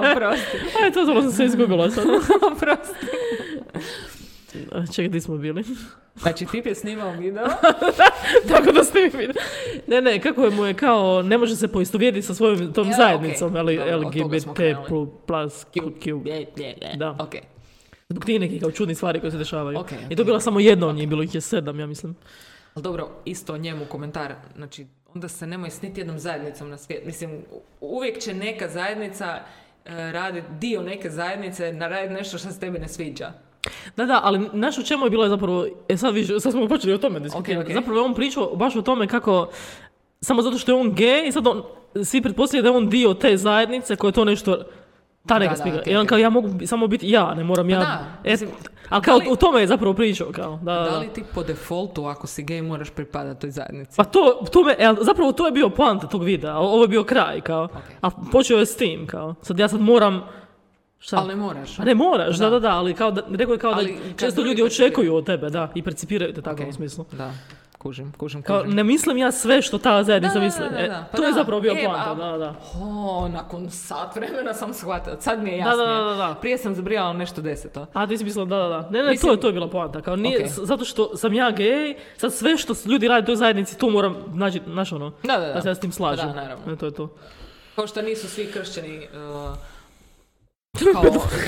S1: Oprosti,
S2: A, E, to, to sam se izgubila sad.
S1: oprosti.
S2: Čekaj, gdje smo bili?
S1: Znači, tip je snimao video.
S2: Tako da ste mi vidjeli. Ne, ne, kako je mu je kao, ne može se poistovjetiti sa svojom tom
S1: Ja,
S2: zajednicom,
S1: okej,
S2: ali
S1: dobro, od toga smo
S2: LGBT
S1: krenuli.
S2: plus, plus Q, Q. Da.
S1: Ok.
S2: Zbog tih nekih kao čudnih stvari koje se dešavaju.
S1: Okej,
S2: I
S1: okej.
S2: to je bila samo jedna od njih, bilo ih je sedam, ja mislim.
S1: Ali dobro, isto njemu komentar. Znači, onda se nemoj s niti jednom zajednicom na svijet. Mislim, u- uvijek će neka zajednica e, radit, dio neke zajednice, naradit nešto što se tebi ne sviđa.
S2: Da, da, ali znaš u čemu je bilo zapravo, e sad, viš, sad smo počeli o tome diskutirati.
S1: Okej, okej.
S2: Zapravo je on pričao baš o tome kako, samo zato što je on gay i sad on, svi pretpostavljaju da je on dio te zajednice koja je to nešto ta neka
S1: da,
S2: spika.
S1: okej,
S2: I on
S1: okej.
S2: kao ja mogu bi- samo biti ja, ne moram ja.
S1: da,
S2: E,
S1: mislim,
S2: ali kao
S1: da li-
S2: o tome je zapravo pričao kao. Da, da,
S1: Da
S2: da.
S1: li ti po defaultu, ako si gej, moraš pripadati toj zajednici?
S2: Pa to, to me, e, ali zapravo to je bio poanta tog videa, a ovo je bio kraj kao. A počeo je s tim kao. Sad ja sad moram, šta?
S1: Ali ne moraš.
S2: Pa ne moraš, da,
S1: Da.
S2: da, da, ali kao da, rekao je kao
S1: Ali
S2: da
S1: kad
S2: često
S1: drugi
S2: ljudi
S1: percipiraju.
S2: očekuju od tebe, da, i percipiraju te tako
S1: Okej.
S2: u smislu.
S1: Da, kužim, kužim, kužim.
S2: Kao, ne mislim ja sve što ta
S1: Mhm. Da,
S2: zajednica
S1: da, da,
S2: misli.
S1: da,
S2: E,
S1: da, pa
S2: to je
S1: da.
S2: zapravo bio
S1: E,
S2: poanta,
S1: pa-
S2: da, da.
S1: O, nakon sat vremena sam shvatila. Sad mi je jasnije.
S2: da, da, da.
S1: Prije sam zabrijala nešto deseto.
S2: A ti si mislila, da, da, da. Ne, ne,
S1: Mislim-
S2: to, je, to je bila poanta. Kao, nije,
S1: Ok.
S2: s- zato što sam ja gej, sad sve što s- ljudi rade u toj zajednici, to moram, znači, znaš ono,
S1: Da, da, da.
S2: se ja s tim slažem.
S1: Da, naravno.
S2: E, to je to.
S1: Kao što nisu svi kršćani uh, kao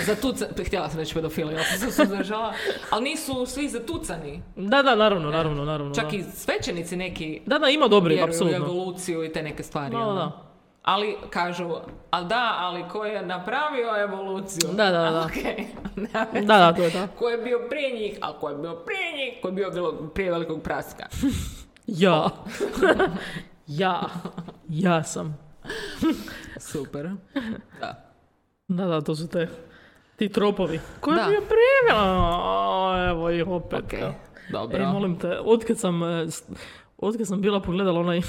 S1: zatucani, htjela sam reći pedofili, ali sam se suzdržala, ali nisu svi zatucani.
S2: Da, da, naravno, naravno, naravno.
S1: E, Čak
S2: da.
S1: i svećenici neki
S2: Da, da, ima dobrih,
S1: vjeruju u
S2: apsolutno.
S1: evoluciju i te neke stvari.
S2: Da, da,
S1: ono.
S2: da.
S1: Ali kažu, a da, ali ko je napravio evoluciju?
S2: Da, da, da.
S1: A, okej. Nema
S2: Da,
S1: veze.
S2: da, to je to.
S1: Ko je bio prije njih, a ko je bio prije njih, ko je bio bilo prije velikog praska.
S2: Ja. ja. Ja sam.
S1: Super. Da.
S2: Da, da, to su te. Ti tropovi. Ko je
S1: Da.
S2: bio prije? A, Evo ih opet.
S1: Ok,
S2: evo.
S1: dobro.
S2: Ej, molim te, otkad sam, e, s- otkad sam bila pogledala onaj,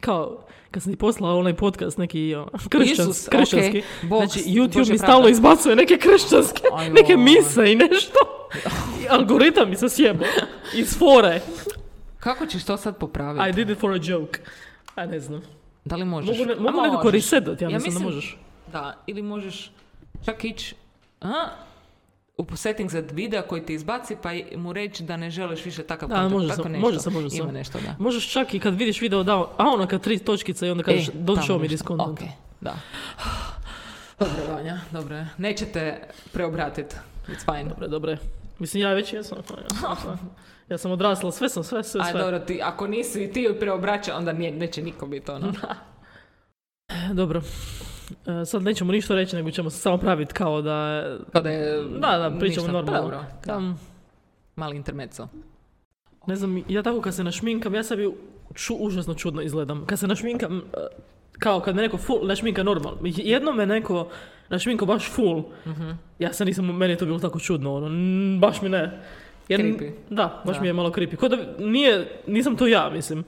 S2: kao, kad sam ti poslala onaj podcast, neki o, kršćans,
S1: Isus,
S2: kršćanski,
S1: ok, Bog,
S2: znači YouTube
S1: Bože
S2: mi
S1: pravda.
S2: stalno izbacuje neke kršćanske,
S1: Ajoj.
S2: neke mise i nešto. I algoritam mi se sjebao iz fore.
S1: Kako ćeš to sad popraviti?
S2: I did it for a joke. A ne znam.
S1: Da li možeš?
S2: Mogu, ne,
S1: A
S2: mogu nekako
S1: možeš.
S2: resetat, ja,
S1: Ja
S2: mislim da
S1: mislim-
S2: možeš.
S1: Da, ili možeš čak ići a, u settings od videa koji ti izbaci pa i- mu reći da ne želiš više takav
S2: Da,
S1: kontent.
S2: može
S1: tako
S2: se,
S1: nešto.
S2: može se, može se.
S1: Ima nešto, da.
S2: Možeš čak i kad vidiš video da, a ono kad tri točkice i onda kažeš
S1: E,
S2: don't
S1: tamo
S2: show me
S1: nešto.
S2: this content.
S1: Ok, da. Dobro, Vanja, dobro. je. Nećete preobratit. It's fine.
S2: Dobre, dobre. Mislim, ja već jesam. Ja sam, ja sam odrasla, sve sam, sve, sve,
S1: A
S2: sve.
S1: dobro, ti, ako nisi ti preobraća, onda nije, neće niko biti ono.
S2: Dobro. E, sad nećemo ništa reći, nego ćemo se samo praviti kao da... je-
S1: Kada je...
S2: Da, da, pričamo
S1: ništa. Pa
S2: normalno.
S1: Dobro, da.
S2: Tam,
S1: Mali intermezzo.
S2: ne znam, ja tako kad se našminkam, ja sebi ču, užasno čudno izgledam. Kad se našminkam, e, kao kad me neko full našminka normalno. Jedno me neko našminko baš full.
S1: Mhm.
S2: Ja se nisam, meni je to bilo tako čudno, ono, n- baš mi ne. Jer,
S1: Creepy.
S2: Da, baš
S1: Da.
S2: mi je malo creepy. Ko da nije, nisam to ja, mislim.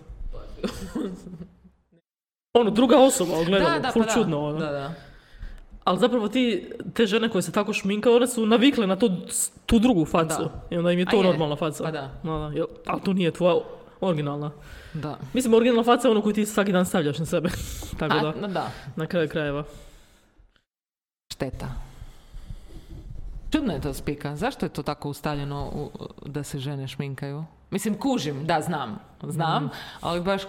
S2: ono, druga osoba ogledalo,
S1: da, da,
S2: full
S1: pa da.
S2: čudno. Ono.
S1: Da, da.
S2: Ali zapravo ti, te žene koje se tako šminkaju, one su navikle na tu, tu drugu facu.
S1: Da.
S2: I onda im je
S1: A
S2: to
S1: je,
S2: normalna faca.
S1: pa da.
S2: da, jel- ali to nije tvoja originalna.
S1: Da.
S2: Mislim, originalna faca je ono koju ti svaki dan stavljaš na sebe. Tako da,
S1: A, no Pa da,
S2: na kraju krajeva.
S1: šteta. Čudno je to spika. Zašto je to tako ustaljeno u- da se žene šminkaju? Mislim, kužim, da, znam. Znam, ali baš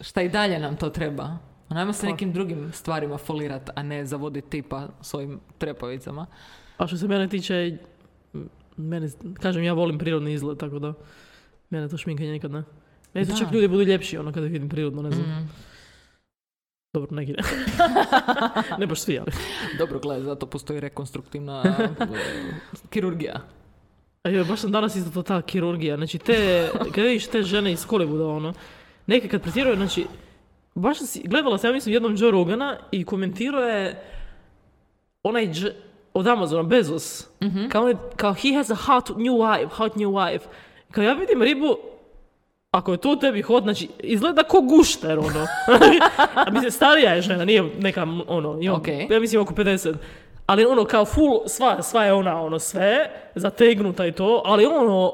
S1: šta i dalje nam to treba? Najmo se nekim drugim stvarima folirati, a ne zavoditi tipa svojim trepavicama.
S2: A što se mene tiče, m, mene, kažem, ja volim prirodni izgled, tako da mene to šminkanje nikad ne. Meni
S1: Da. Mm.
S2: su čak ljudi budu ljepši, ono, kada ih vidim prirodno, ne znam. Dobro, neki ne. ne baš svi, ali.
S1: Dobro, gledaj, zato postoji rekonstruktivna eh, kirurgija.
S2: A joj, baš sam danas isto to ta kirurgija. Znači, te, kada vidiš te žene iz Hollywooda, ono, neke kad pretjeraju, znači, baš si, gledala sam, ja mislim, jednom Joe Rogana i komentirao je onaj Dž- od Amazona, Bezos. Kao, on je- kao, he has a hot new wife, hot new wife. Kao ja vidim ribu, ako je to u tebi hot, znači, izgleda ko gušter, ono. a mislim, starija je žena, nije neka, ono, ima,
S1: Okej.
S2: ja mislim oko 50. Ali ono, kao full, sva, sva je ona, ono, sve, zategnuta i to, ali ono,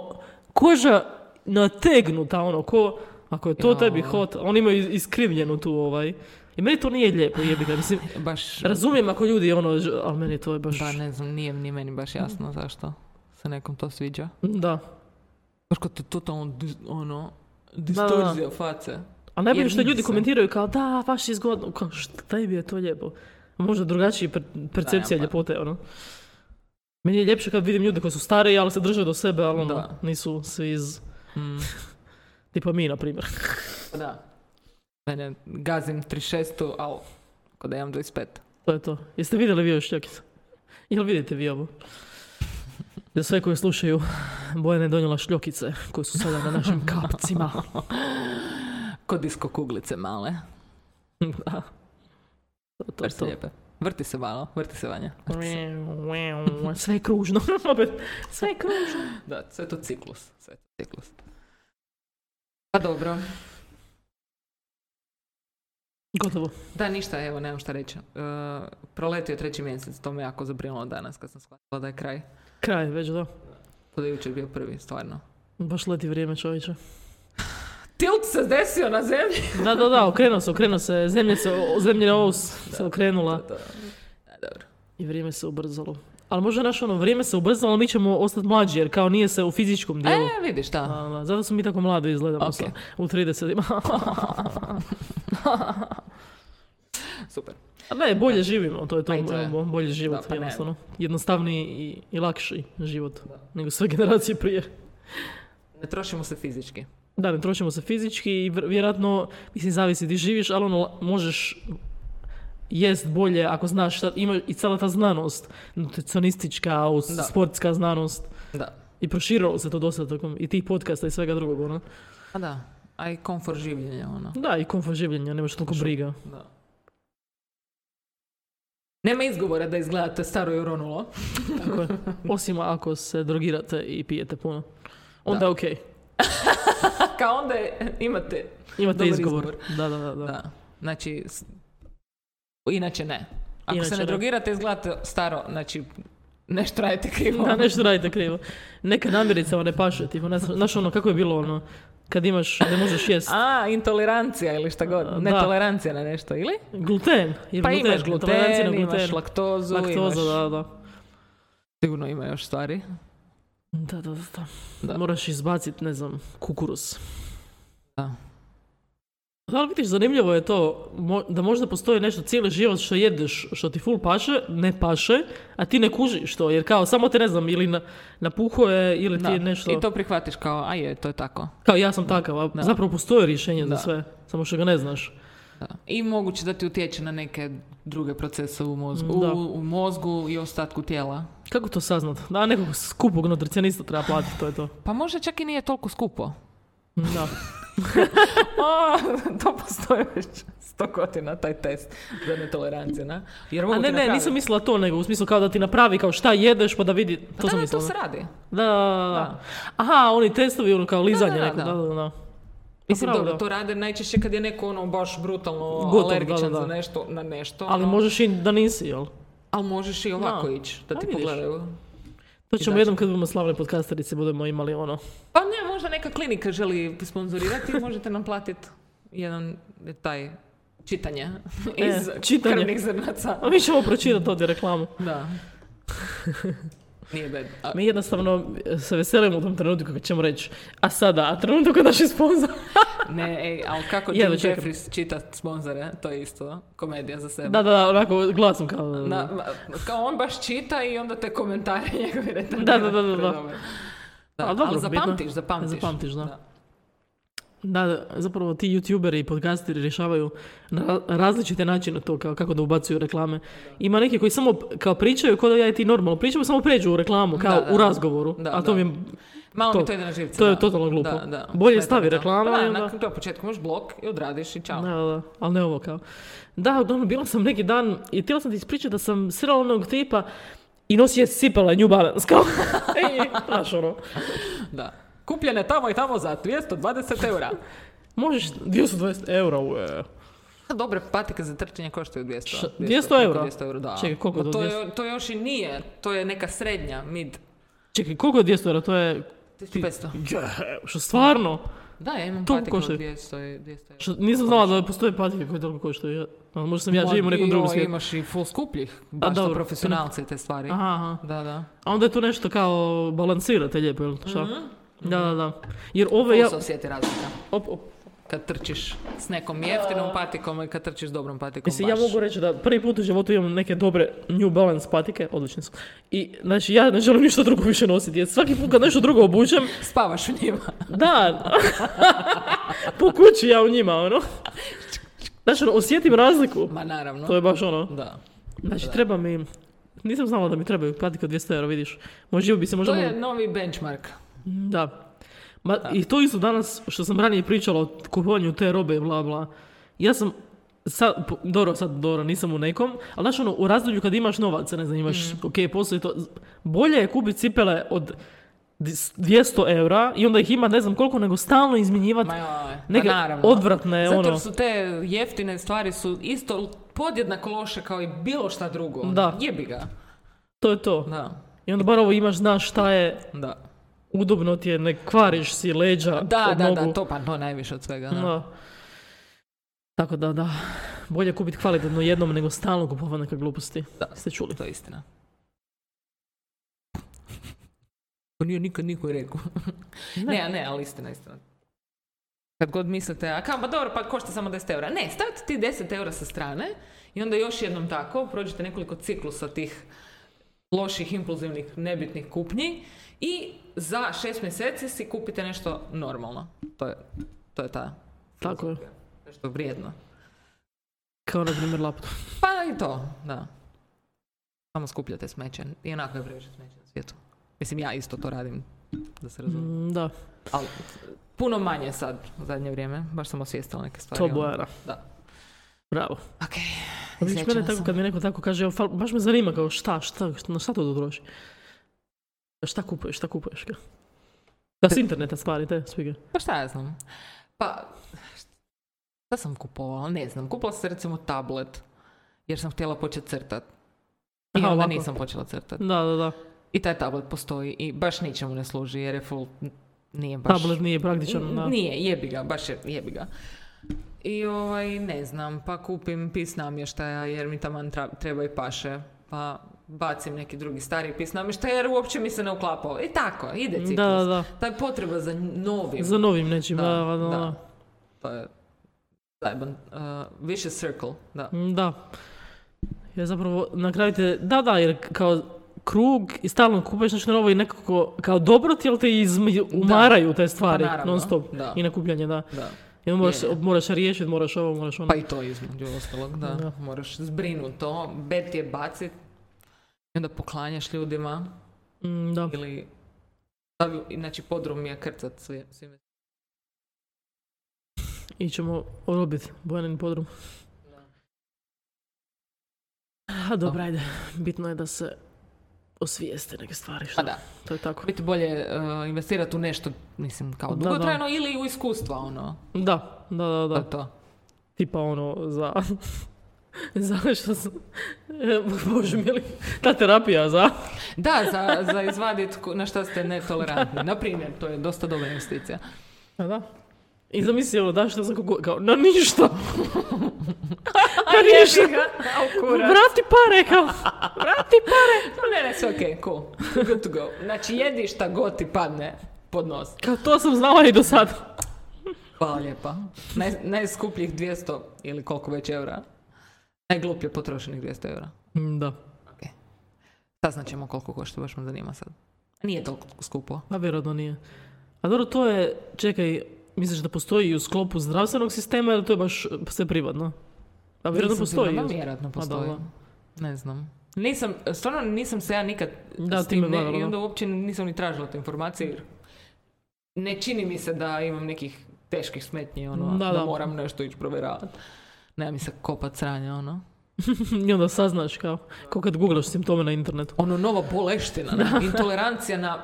S2: koža nategnuta, ono, ko, ako je to
S1: Jao.
S2: tebi hot, oni imaju is- iskrivljenu tu, ovaj. I meni to nije lijepo, jebi ga, mislim,
S1: Baš,
S2: Pa razumijem ako ljudi, ono, ž- ali meni to je baš...
S1: da, ne znam, nije ni meni baš jasno zašto se nekom to sviđa.
S2: da.
S1: Baš kad to totalno, dis- ono, distorzija face.
S2: A najbolje
S1: Jer
S2: što ljudi
S1: vidi se.
S2: komentiraju kao da, baš je zgodno, kao šta je bio to lijepo. A Možda drugačiji per- percepcija
S1: Da, ja, pa.
S2: ljepote, ono. Meni je ljepše kad vidim ljude koji su stariji, ali se drže do sebe, ali ono,
S1: Da. Mm.
S2: nisu svi iz... Tipa mi, na primjer.
S1: Da. Mene gazim 36-tu, ali kod da imam 25.
S2: To je to. Jeste vidjeli vi još, Jokica? Jel vidite vi ovo? Za sve koji slušaju, Bojana je donijela šljokice koje su sada na našim kapcima.
S1: Kod disko kuglice male.
S2: da. To,
S1: Baš
S2: je
S1: su
S2: to.
S1: lijepe. Vrti se malo, E vrti se vanja.
S2: Sve je kružno. Opet, sve je kružno.
S1: Da, sve je to ciklus. Sve je to ciklus. Pa dobro.
S2: Gotovo.
S1: Da, ništa, evo, nemam šta reći. E, proletio je treći mjesec, to me jako zabrinulo danas kad sam shvatila da je kraj.
S2: Kraj je već, da.
S1: To da je jučer bio prvi, stvarno.
S2: Baš leti vrijeme čovječe.
S1: Tilt se desio na zemlji!
S2: Da, da, da, okrenuo se, okrenuo se. Zemlja se, zemlja os se okrenula
S1: Da, E, dobro.
S2: i vrijeme se ubrzalo. Ali možda naš ono vrijeme se ubrzalo, ali mi ćemo ostati mlađi jer kao nije se u fizičkom dijelu.
S1: E, vidiš, da.
S2: Da, da, zato smo mi tako mlado izgledamo
S1: Ok.
S2: sad, u 30-ima.
S1: Super.
S2: A ne, bolje živimo, to je to,
S1: Pa i to je.
S2: bo- bolji život,
S1: Da, pa ne.
S2: jednostavno. Jednostavniji i, i lakši život
S1: Da.
S2: nego sve generacije prije.
S1: Ne trošimo se fizički.
S2: Da, ne trošimo se fizički i vr- vjerojatno, mislim, zavisi di živiš, ali ono, možeš jest bolje ako znaš šta, ima i cijela ta znanost, nutricionistička, uz-
S1: Da.
S2: sportska znanost.
S1: Da.
S2: I proširilo se to dosta tokom i tih podcasta i svega drugog, ono.
S1: A da, a i komfort življenja, ono.
S2: Da, i komfort življenja, nemaš toliko
S1: Što?
S2: briga.
S1: Da. Nema izgovora da izgledate staro i oronulo.
S2: Tako je. Osim ako se drogirate i pijete puno. Onda
S1: Da.
S2: je okej.
S1: Kao onda je- imate...
S2: Imate
S1: Dobar
S2: izgovor.
S1: izgovor.
S2: Da, da, da. da.
S1: Da. Znači, s- inače ne. Ako
S2: Inače
S1: se ne
S2: ne.
S1: drogirate, izgledate staro, znači nešto radite krivo.
S2: Da, nešto radite krivo. Neka namjerica vam ne paše, tipa, ne znam, znaš ono, kako je bilo ono, kad imaš, ne možeš jest
S1: A, intolerancija ili šta god.
S2: Da.
S1: Netolerancija na nešto, ili?
S2: gluten. Jer
S1: Pa imaš
S2: toleranciju na
S1: gluten, imaš laktozu,
S2: laktoza,
S1: imaš...
S2: da, da.
S1: Sigurno ima još stvari.
S2: Da, da, da, da.
S1: Da.
S2: Moraš izbacit, ne znam, kukuruz.
S1: Da.
S2: Da li vidiš, zanimljivo je to mo- da možda postoji nešto cijeli život što jedeš, što ti ful paše, ne paše, a ti ne kužiš to, jer kao samo te ne znam, ili na, napuhuje, ili ti
S1: Da.
S2: je nešto...
S1: I to prihvatiš kao, a je, to je tako.
S2: Kao ja sam takav, a
S1: Da.
S2: zapravo postoji rješenje
S1: Da.
S2: za sve, samo što ga ne znaš.
S1: Da. I moguće da ti utječe na neke druge procese u mozgu,
S2: Da.
S1: u, u mozgu i ostatku tijela.
S2: Kako to saznat? Da, nekog skupog nutricionista treba platiti, to je to.
S1: Pa možda čak i nije toliko skupo.
S2: Da.
S1: A, to postoji već sto godina, taj test za netoleranciju, na? Jer mogu
S2: A
S1: ti
S2: ne, ne,
S1: napraviti.
S2: nisam mislila to, nego u smislu kao da ti napravi kao šta jedeš pa da vidi, to
S1: Da,
S2: sam
S1: da, to
S2: mislila.
S1: se radi.
S2: Da, da, da. Aha, oni testovi ono kao lizanje
S1: da,
S2: neko,
S1: da.
S2: da, da, da.
S1: Mislim,
S2: Upravo,
S1: dobro,
S2: da.
S1: to rade najčešće kad je neko ono baš brutalno
S2: Gotov, da,
S1: alergičan
S2: da, da.
S1: za nešto, na nešto.
S2: Ali
S1: ono.
S2: možeš i da nisi, jel?
S1: Ali možeš i ovako
S2: Da.
S1: ići, da
S2: A
S1: ti
S2: vidiš.
S1: pogledaju.
S2: To ćemo jednom kad budemo slavne podcasterice, budemo imali ono.
S1: Pa ne, možda neka klinika želi sponzorirati, možete nam platiti jedan taj čitanje iz
S2: E, čitanje.
S1: krvnih zrnaca.
S2: A mi ćemo pročitati ovdje reklamu.
S1: Da. Nije bed. A,
S2: Mi jednostavno e, se veselimo u tom trenutku kad ćemo reći, a sada, a trenutak kod naših sponzora.
S1: ne, ej, ali kako Jim
S2: Jedva čekam.
S1: Jeffries čita sponzore, to je isto komedija za sebe.
S2: Da, da, da, onako glasom kao...
S1: Na- ma- kao on baš čita i onda te komentare njegovi retardirani.
S2: Da, da, da, da, da.
S1: Predobar. Da,
S2: Ali dobro,
S1: ali
S2: bitno.
S1: zapamtiš, zapamtiš.
S2: Zapamtiš, da. Da, da, zapravo ti youtuberi i podcasteri rješavaju na ra- različite načine to kao kako da ubacuju reklame. Ima neki koji samo p- kao pričaju kao da ja i ti normalno pričamo, samo pređu u reklamu, kao
S1: Da, da,
S2: u
S1: da.
S2: razgovoru.
S1: Da,
S2: a
S1: da.
S2: to mi je...
S1: Malo
S2: To-
S1: mi to ide na živce.
S2: to je
S1: da.
S2: totalno glupo.
S1: Da, da.
S2: Bolje
S1: Smeta
S2: stavi
S1: mi to. Pa
S2: reklamu i
S1: Da,
S2: onda-
S1: na, na početku možeš blok i odradiš i čao.
S2: Da, da, ali ne ovo kao. Da, uglavnom, bila sam neki dan i htjela sam ti ispričati da sam srela onog tipa i nosi je sipala New Balance, kao. Ej, znaš ono.
S1: Da. Kupljene tamo i tamo za 220 eura.
S2: Možeš 220 eura u... e,
S1: Dobre patike za trčanje koštaju 200.
S2: Š-
S1: 200,
S2: 200
S1: preko
S2: eura?
S1: 200 eura, da.
S2: Čekaj, koliko
S1: Ma
S2: do
S1: to, je, to još i nije, to je neka srednja, mid.
S2: Čekaj, koliko je 200 eura? To je...
S1: 1500.
S2: Što stvarno?
S1: Da, ja imam
S2: To
S1: patike od
S2: košta.
S1: 200, i 200 eura.
S2: Što, nisam znala da postoje patike koje toliko koštaju. Ja, a možda sam ja
S1: Ma
S2: živim u nekom
S1: dio
S2: drugom svijetu.
S1: Imaš i full skupljih, baš za
S2: dobro.
S1: profesionalce te stvari.
S2: Aha, aha.
S1: Da, da.
S2: A onda je tu nešto kao balansirate lijepo, jel? Šta?
S1: Mhm.
S2: Da, da, da. Jer ove Pa ja...
S1: Tu se osjeti razlika.
S2: Op, op.
S1: Kad trčiš s nekom jeftinom patikom i kad trčiš s dobrom patikom
S2: Mislim, ja
S1: baš.
S2: mogu reći da prvi put u životu imam neke dobre New Balance patike, odlične su. I, znači, ja ne želim ništa drugo više nositi, jer svaki put kad nešto drugo obučem,
S1: Spavaš u njima.
S2: da, po kući ja u njima, ono. Znači, ono, osjetim razliku.
S1: Ma naravno.
S2: To je baš ono.
S1: Da.
S2: Znači, treba mi... Nisam znala da mi trebaju patike od 200 eura, vidiš. Možda bi se možda...
S1: To je
S2: mogla-
S1: novi benchmark.
S2: Da. Ma, I to isto danas, što sam ranije pričala o kupovanju te robe i bla bla. Ja sam, sad, po- dobro, sad dobro, nisam u nekom, ali znaš ono, u razdoblju kad imaš novaca, ne znam, imaš,
S1: Mm.
S2: ok, postoji to, bolje je kupiti cipele od dis- 200 eura i onda ih ima ne znam koliko, nego stalno izmjenjivati
S1: Ma joj, pa
S2: neke
S1: naravno.
S2: odvratne,
S1: Zato
S2: ono,
S1: jer su te jeftine stvari su isto podjednako loše kao i bilo šta drugo.
S2: Da.
S1: Jebi ga.
S2: to je to.
S1: Da.
S2: I onda bar ovo imaš, znaš šta je,
S1: Da.
S2: udobno ti je, ne kvariš si leđa
S1: Da,
S2: od
S1: da,
S2: nogu.
S1: da, to pa to najviše od svega. Da.
S2: Da. Tako da, da. Bolje kupiti kvalitetno jednom nego stalno kupovati neke gluposti.
S1: Da.
S2: Ste čuli.
S1: To je istina. To nije nikad niko rekao. ne, a ne, ali istina, istina. Kad god mislite, a kao, pa dobro, pa košta samo 10 eura. Ne, stavite ti 10 eura sa strane i onda još jednom tako, prođete nekoliko ciklusa tih loših, impulzivnih, nebitnih kupnji i za šest mjeseci si kupite nešto normalno. To je, to je ta
S2: Tako je.
S1: nešto vrijedno.
S2: Kao na primjer laptop.
S1: Pa i to, da. Samo skupljate smeće. I onako je previše smeće na svijetu. Mislim, ja isto to radim, da se razumijem.
S2: Mm, Da,
S1: Ali puno manje sad u zadnje vrijeme. Baš sam osvijestila neke stvari.
S2: to
S1: ono.
S2: bojara.
S1: Da.
S2: Bravo.
S1: Ok.
S2: A Pa Vidiš
S1: Srećena
S2: mene tako
S1: sam.
S2: kad mi neko tako kaže, "Evo, fal- baš me zanima kao šta, šta, šta na šta to dotroši? Šta kupuješ, šta kupuješ? Kao? Da s interneta stvari, te svige.
S1: Pa šta ja znam? Pa, šta sam kupovala? Ne znam. Kupila sam recimo tablet. Jer sam htjela početi crtat. I
S2: Aha,
S1: onda
S2: ovako.
S1: nisam počela crtat.
S2: Da, da, da.
S1: I taj tablet postoji i baš ničemu ne služi jer je full... Nije baš...
S2: Tablet nije praktičan. Da.
S1: Nije, jebi ga, baš je, jebi ga. I ovaj, ne znam, pa kupim pis namještaja jer mi taman tra- treba i paše. Pa bacim neki drugi stari pis namještaja jer uopće mi se ne uklapao. I tako, ide ciklus.
S2: Da, da, da.
S1: Ta je potreba za novim.
S2: Za novim nečim, da, da, da. da.
S1: To je zajeban. uh, više circle, da.
S2: Mm, Da. Ja zapravo na kraju te, da, da, jer kao krug i stalno kupuješ znači nešto novo i nekako kao dobro ti, ali te izmi- umaraju te stvari
S1: Pa naravno,
S2: non stop
S1: da.
S2: i nakupljanje, da.
S1: da.
S2: I onda moraš,
S1: Je.
S2: moraš riješiti, moraš ovo, moraš ono.
S1: Pa i to između ostalog, da.
S2: Da.
S1: Moraš zbrinut to, bet je bacit. I onda poklanjaš ljudima. Pa-
S2: Mm, da.
S1: ili stavi- znači podrum je krcat sve, svime.
S2: I ćemo orobit Bojanin podrum. A dobro, ajde. Bitno je da se osvijeste neke stvari. Što,
S1: Pa da,
S2: To je tako.
S1: biti bolje e, investirati u nešto, mislim, kao
S2: Da, da.
S1: dugotrajno ili u iskustva, ono,
S2: Da, da, da,
S1: to
S2: da.
S1: je to.
S2: Tipa ono za Zašto sam... E, Bože mili, ta terapija za...
S1: Da, za, za izvadit ko- na šta ste netolerantni. Na primjer, to je dosta dobra investicija.
S2: A da. I zamisli ono, da što sam kako... Kao, na ništa. na ništa.
S1: Au kurac.
S2: Vrati pare, kao. Vrati pare.
S1: No, ne, ne, sve okej, cool. Good to go. Znači, jedi šta god ti padne pod nos.
S2: Kao, to sam znala i do sada.
S1: Hvala lijepa. Naj, najskupljih 200 ili koliko već eura. Najgluplje potrošenih 200 eura.
S2: Mm, Da.
S1: Ok. Saznat ćemo koliko košta, baš me zanima sad. Nije toliko skupo.
S2: Pa vjerojatno nije. A dobro, to je, čekaj, misliš da postoji i u sklopu zdravstvenog sistema ili to je baš eh, sve privatno? A vjerojatno
S1: Nisam
S2: Pa postoji. Pa
S1: sigurna, vjerojatno postoji.
S2: dobro.
S1: Ne znam. Nisam, stvarno nisam se ja nikad
S2: Da,
S1: s
S2: ti
S1: tim
S2: me
S1: ne-
S2: varalo.
S1: i onda uopće nisam ni tražila te informacije jer ne čini mi se da imam nekih teških smetnji, ono,
S2: Da,
S1: da,
S2: da.
S1: moram nešto ići provjeravati. Ne mi se kopat sranja, ono.
S2: I onda saznaš kao, kao kad googlaš simptome na internetu.
S1: Ono, nova boleština, ne? intolerancija na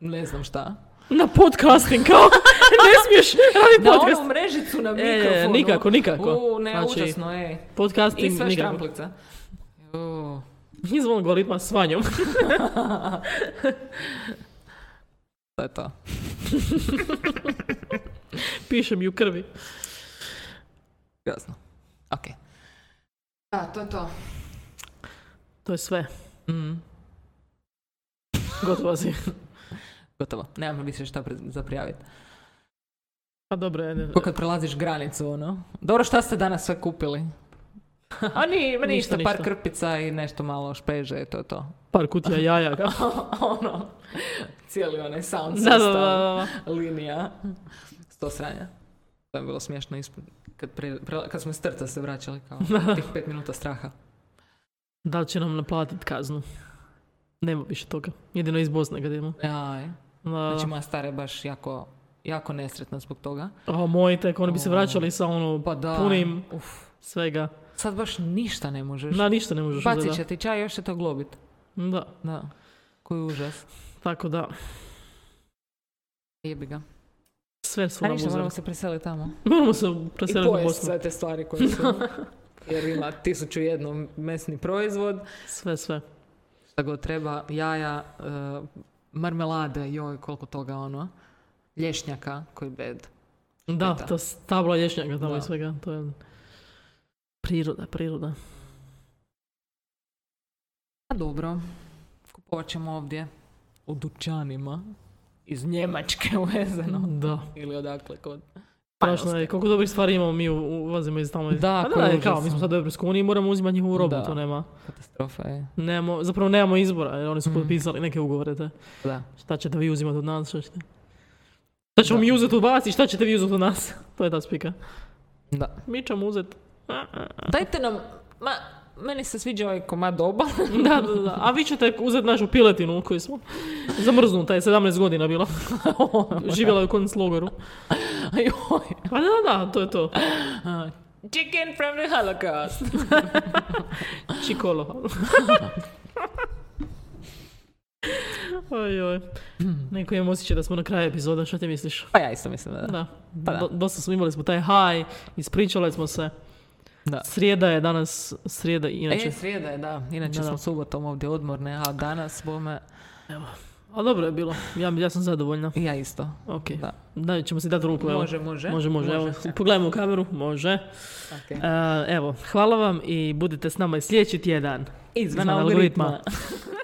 S1: ne znam šta.
S2: Na podcasting kao, ne smiješ raditi
S1: Na
S2: podcast.
S1: onu mrežicu na
S2: E,
S1: mikrofonu.
S2: nikako, nikako.
S1: U, ne,
S2: Znači,
S1: užasno, ej. I
S2: Podcasting
S1: sve
S2: nikako.
S1: štramplica. U.
S2: Izvan algoritma s vanjom.
S1: To je to.
S2: Piše mi u krvi.
S1: Jasno. Ok. Da, to je to.
S2: To je sve.
S1: Mm,
S2: Gotovo si.
S1: gotovo. Nemam više šta pre- za prijaviti.
S2: Pa dobro, ajde.
S1: Ko kad prelaziš granicu, ono. Dobro, šta ste danas sve kupili? A ni, ma
S2: Ništa,
S1: ništa,
S2: ništa.
S1: par krpica i nešto malo špeže, to je to.
S2: Par kutija jaja. Kao.
S1: ono, cijeli onaj sound
S2: Da, da, da,
S1: sustav,
S2: da,
S1: linija. Sto sranja. To je bilo smiješno isp- kad, pre- pre- kad smo iz trca se vraćali kao tih pet minuta straha.
S2: da. Da li će nam naplatiti kaznu? Nema više toga. Jedino iz Bosne kad imamo.
S1: Aj.
S2: Da.
S1: Znači, moja stara je baš jako, jako nesretna zbog toga.
S2: A moji tek, oni bi se vraćali sa ono
S1: Pa da.
S2: punim
S1: Uf.
S2: svega.
S1: Sad baš ništa ne možeš.
S2: Na ništa ne možeš
S1: Bacit
S2: uzeti,
S1: će ti čaj, još će to globit.
S2: da. da.
S1: Da. Koji užas.
S2: Tako da,
S1: Jebi ga.
S2: sve su
S1: A
S2: nam
S1: ništa,
S2: uzeli.
S1: moramo se preseliti tamo.
S2: Moramo se preseliti
S1: I
S2: u
S1: pojest
S2: Bosnu.
S1: sve te stvari koje su. Jer ima tisuću jedno mesni proizvod.
S2: Sve, sve.
S1: Šta god treba, jaja, e, marmelade, joj, koliko toga ono. Lješnjaka, koji bed.
S2: Da,
S1: Šteta.
S2: to s- tabla lješnjaka tamo
S1: Da.
S2: i svega. To je priroda, priroda.
S1: A Pa dobro, kupovat ćemo ovdje u dućanima. Iz Njemačke uvezeno.
S2: Da.
S1: Ili odakle kod.
S2: Strašno je, koliko dobrih stvari imamo mi u- uvozimo iz tamo. iz-
S1: Pa, Da,
S2: A
S1: koji
S2: da,
S1: užas.
S2: kao, mi smo sad u Europskoj uniji, moramo uzimati njihovu robu,
S1: Da.
S2: to nema.
S1: Katastrofa je.
S2: Nemamo, zapravo nemamo izbora, jer
S1: Mm.
S2: oni su potpisali neke ugovore, te.
S1: Da.
S2: Šta ćete vi uzimati od nas, šta ćete? Šta ćemo mi uzeti od vas i šta ćete vi uzeti od nas? To je ta spika.
S1: Da.
S2: Mi ćemo uzeti.
S1: Dajte nam, ma, meni se sviđa ovaj komad obale.
S2: Da, da, da. A vi ćete uzeti našu piletinu koju smo zamrznuta je 17 godina bila. Živjela je u konclogoru.
S1: Joj.
S2: Pa da, da, to je to.
S1: Chicken from the Holocaust.
S2: Čikolo. Oj, oj. Neko imam osjećaj da smo na kraju epizoda, šta ti misliš?
S1: Pa ja isto mislim da. da.
S2: Da.
S1: Pa da.
S2: Do- dosta smo imali smo taj haj, ispričali smo se.
S1: Da.
S2: Srijeda je danas, srijeda inače.
S1: E, srijeda je, da. Inače
S2: Da, da.
S1: smo subotom ovdje odmorne, a danas bome...
S2: A dobro je bilo, ja, ja sam zadovoljna.
S1: Ja isto.
S2: Ok,
S1: Da.
S2: da, ćemo si dati ruku. Evo.
S1: Može, može.
S2: Može, može, evo, pogledajmo u kameru, može.
S1: Ok.
S2: E, evo, hvala vam i budite s nama i sljedeći tjedan.
S1: Izvan
S2: Izvan algoritma.
S1: algoritma.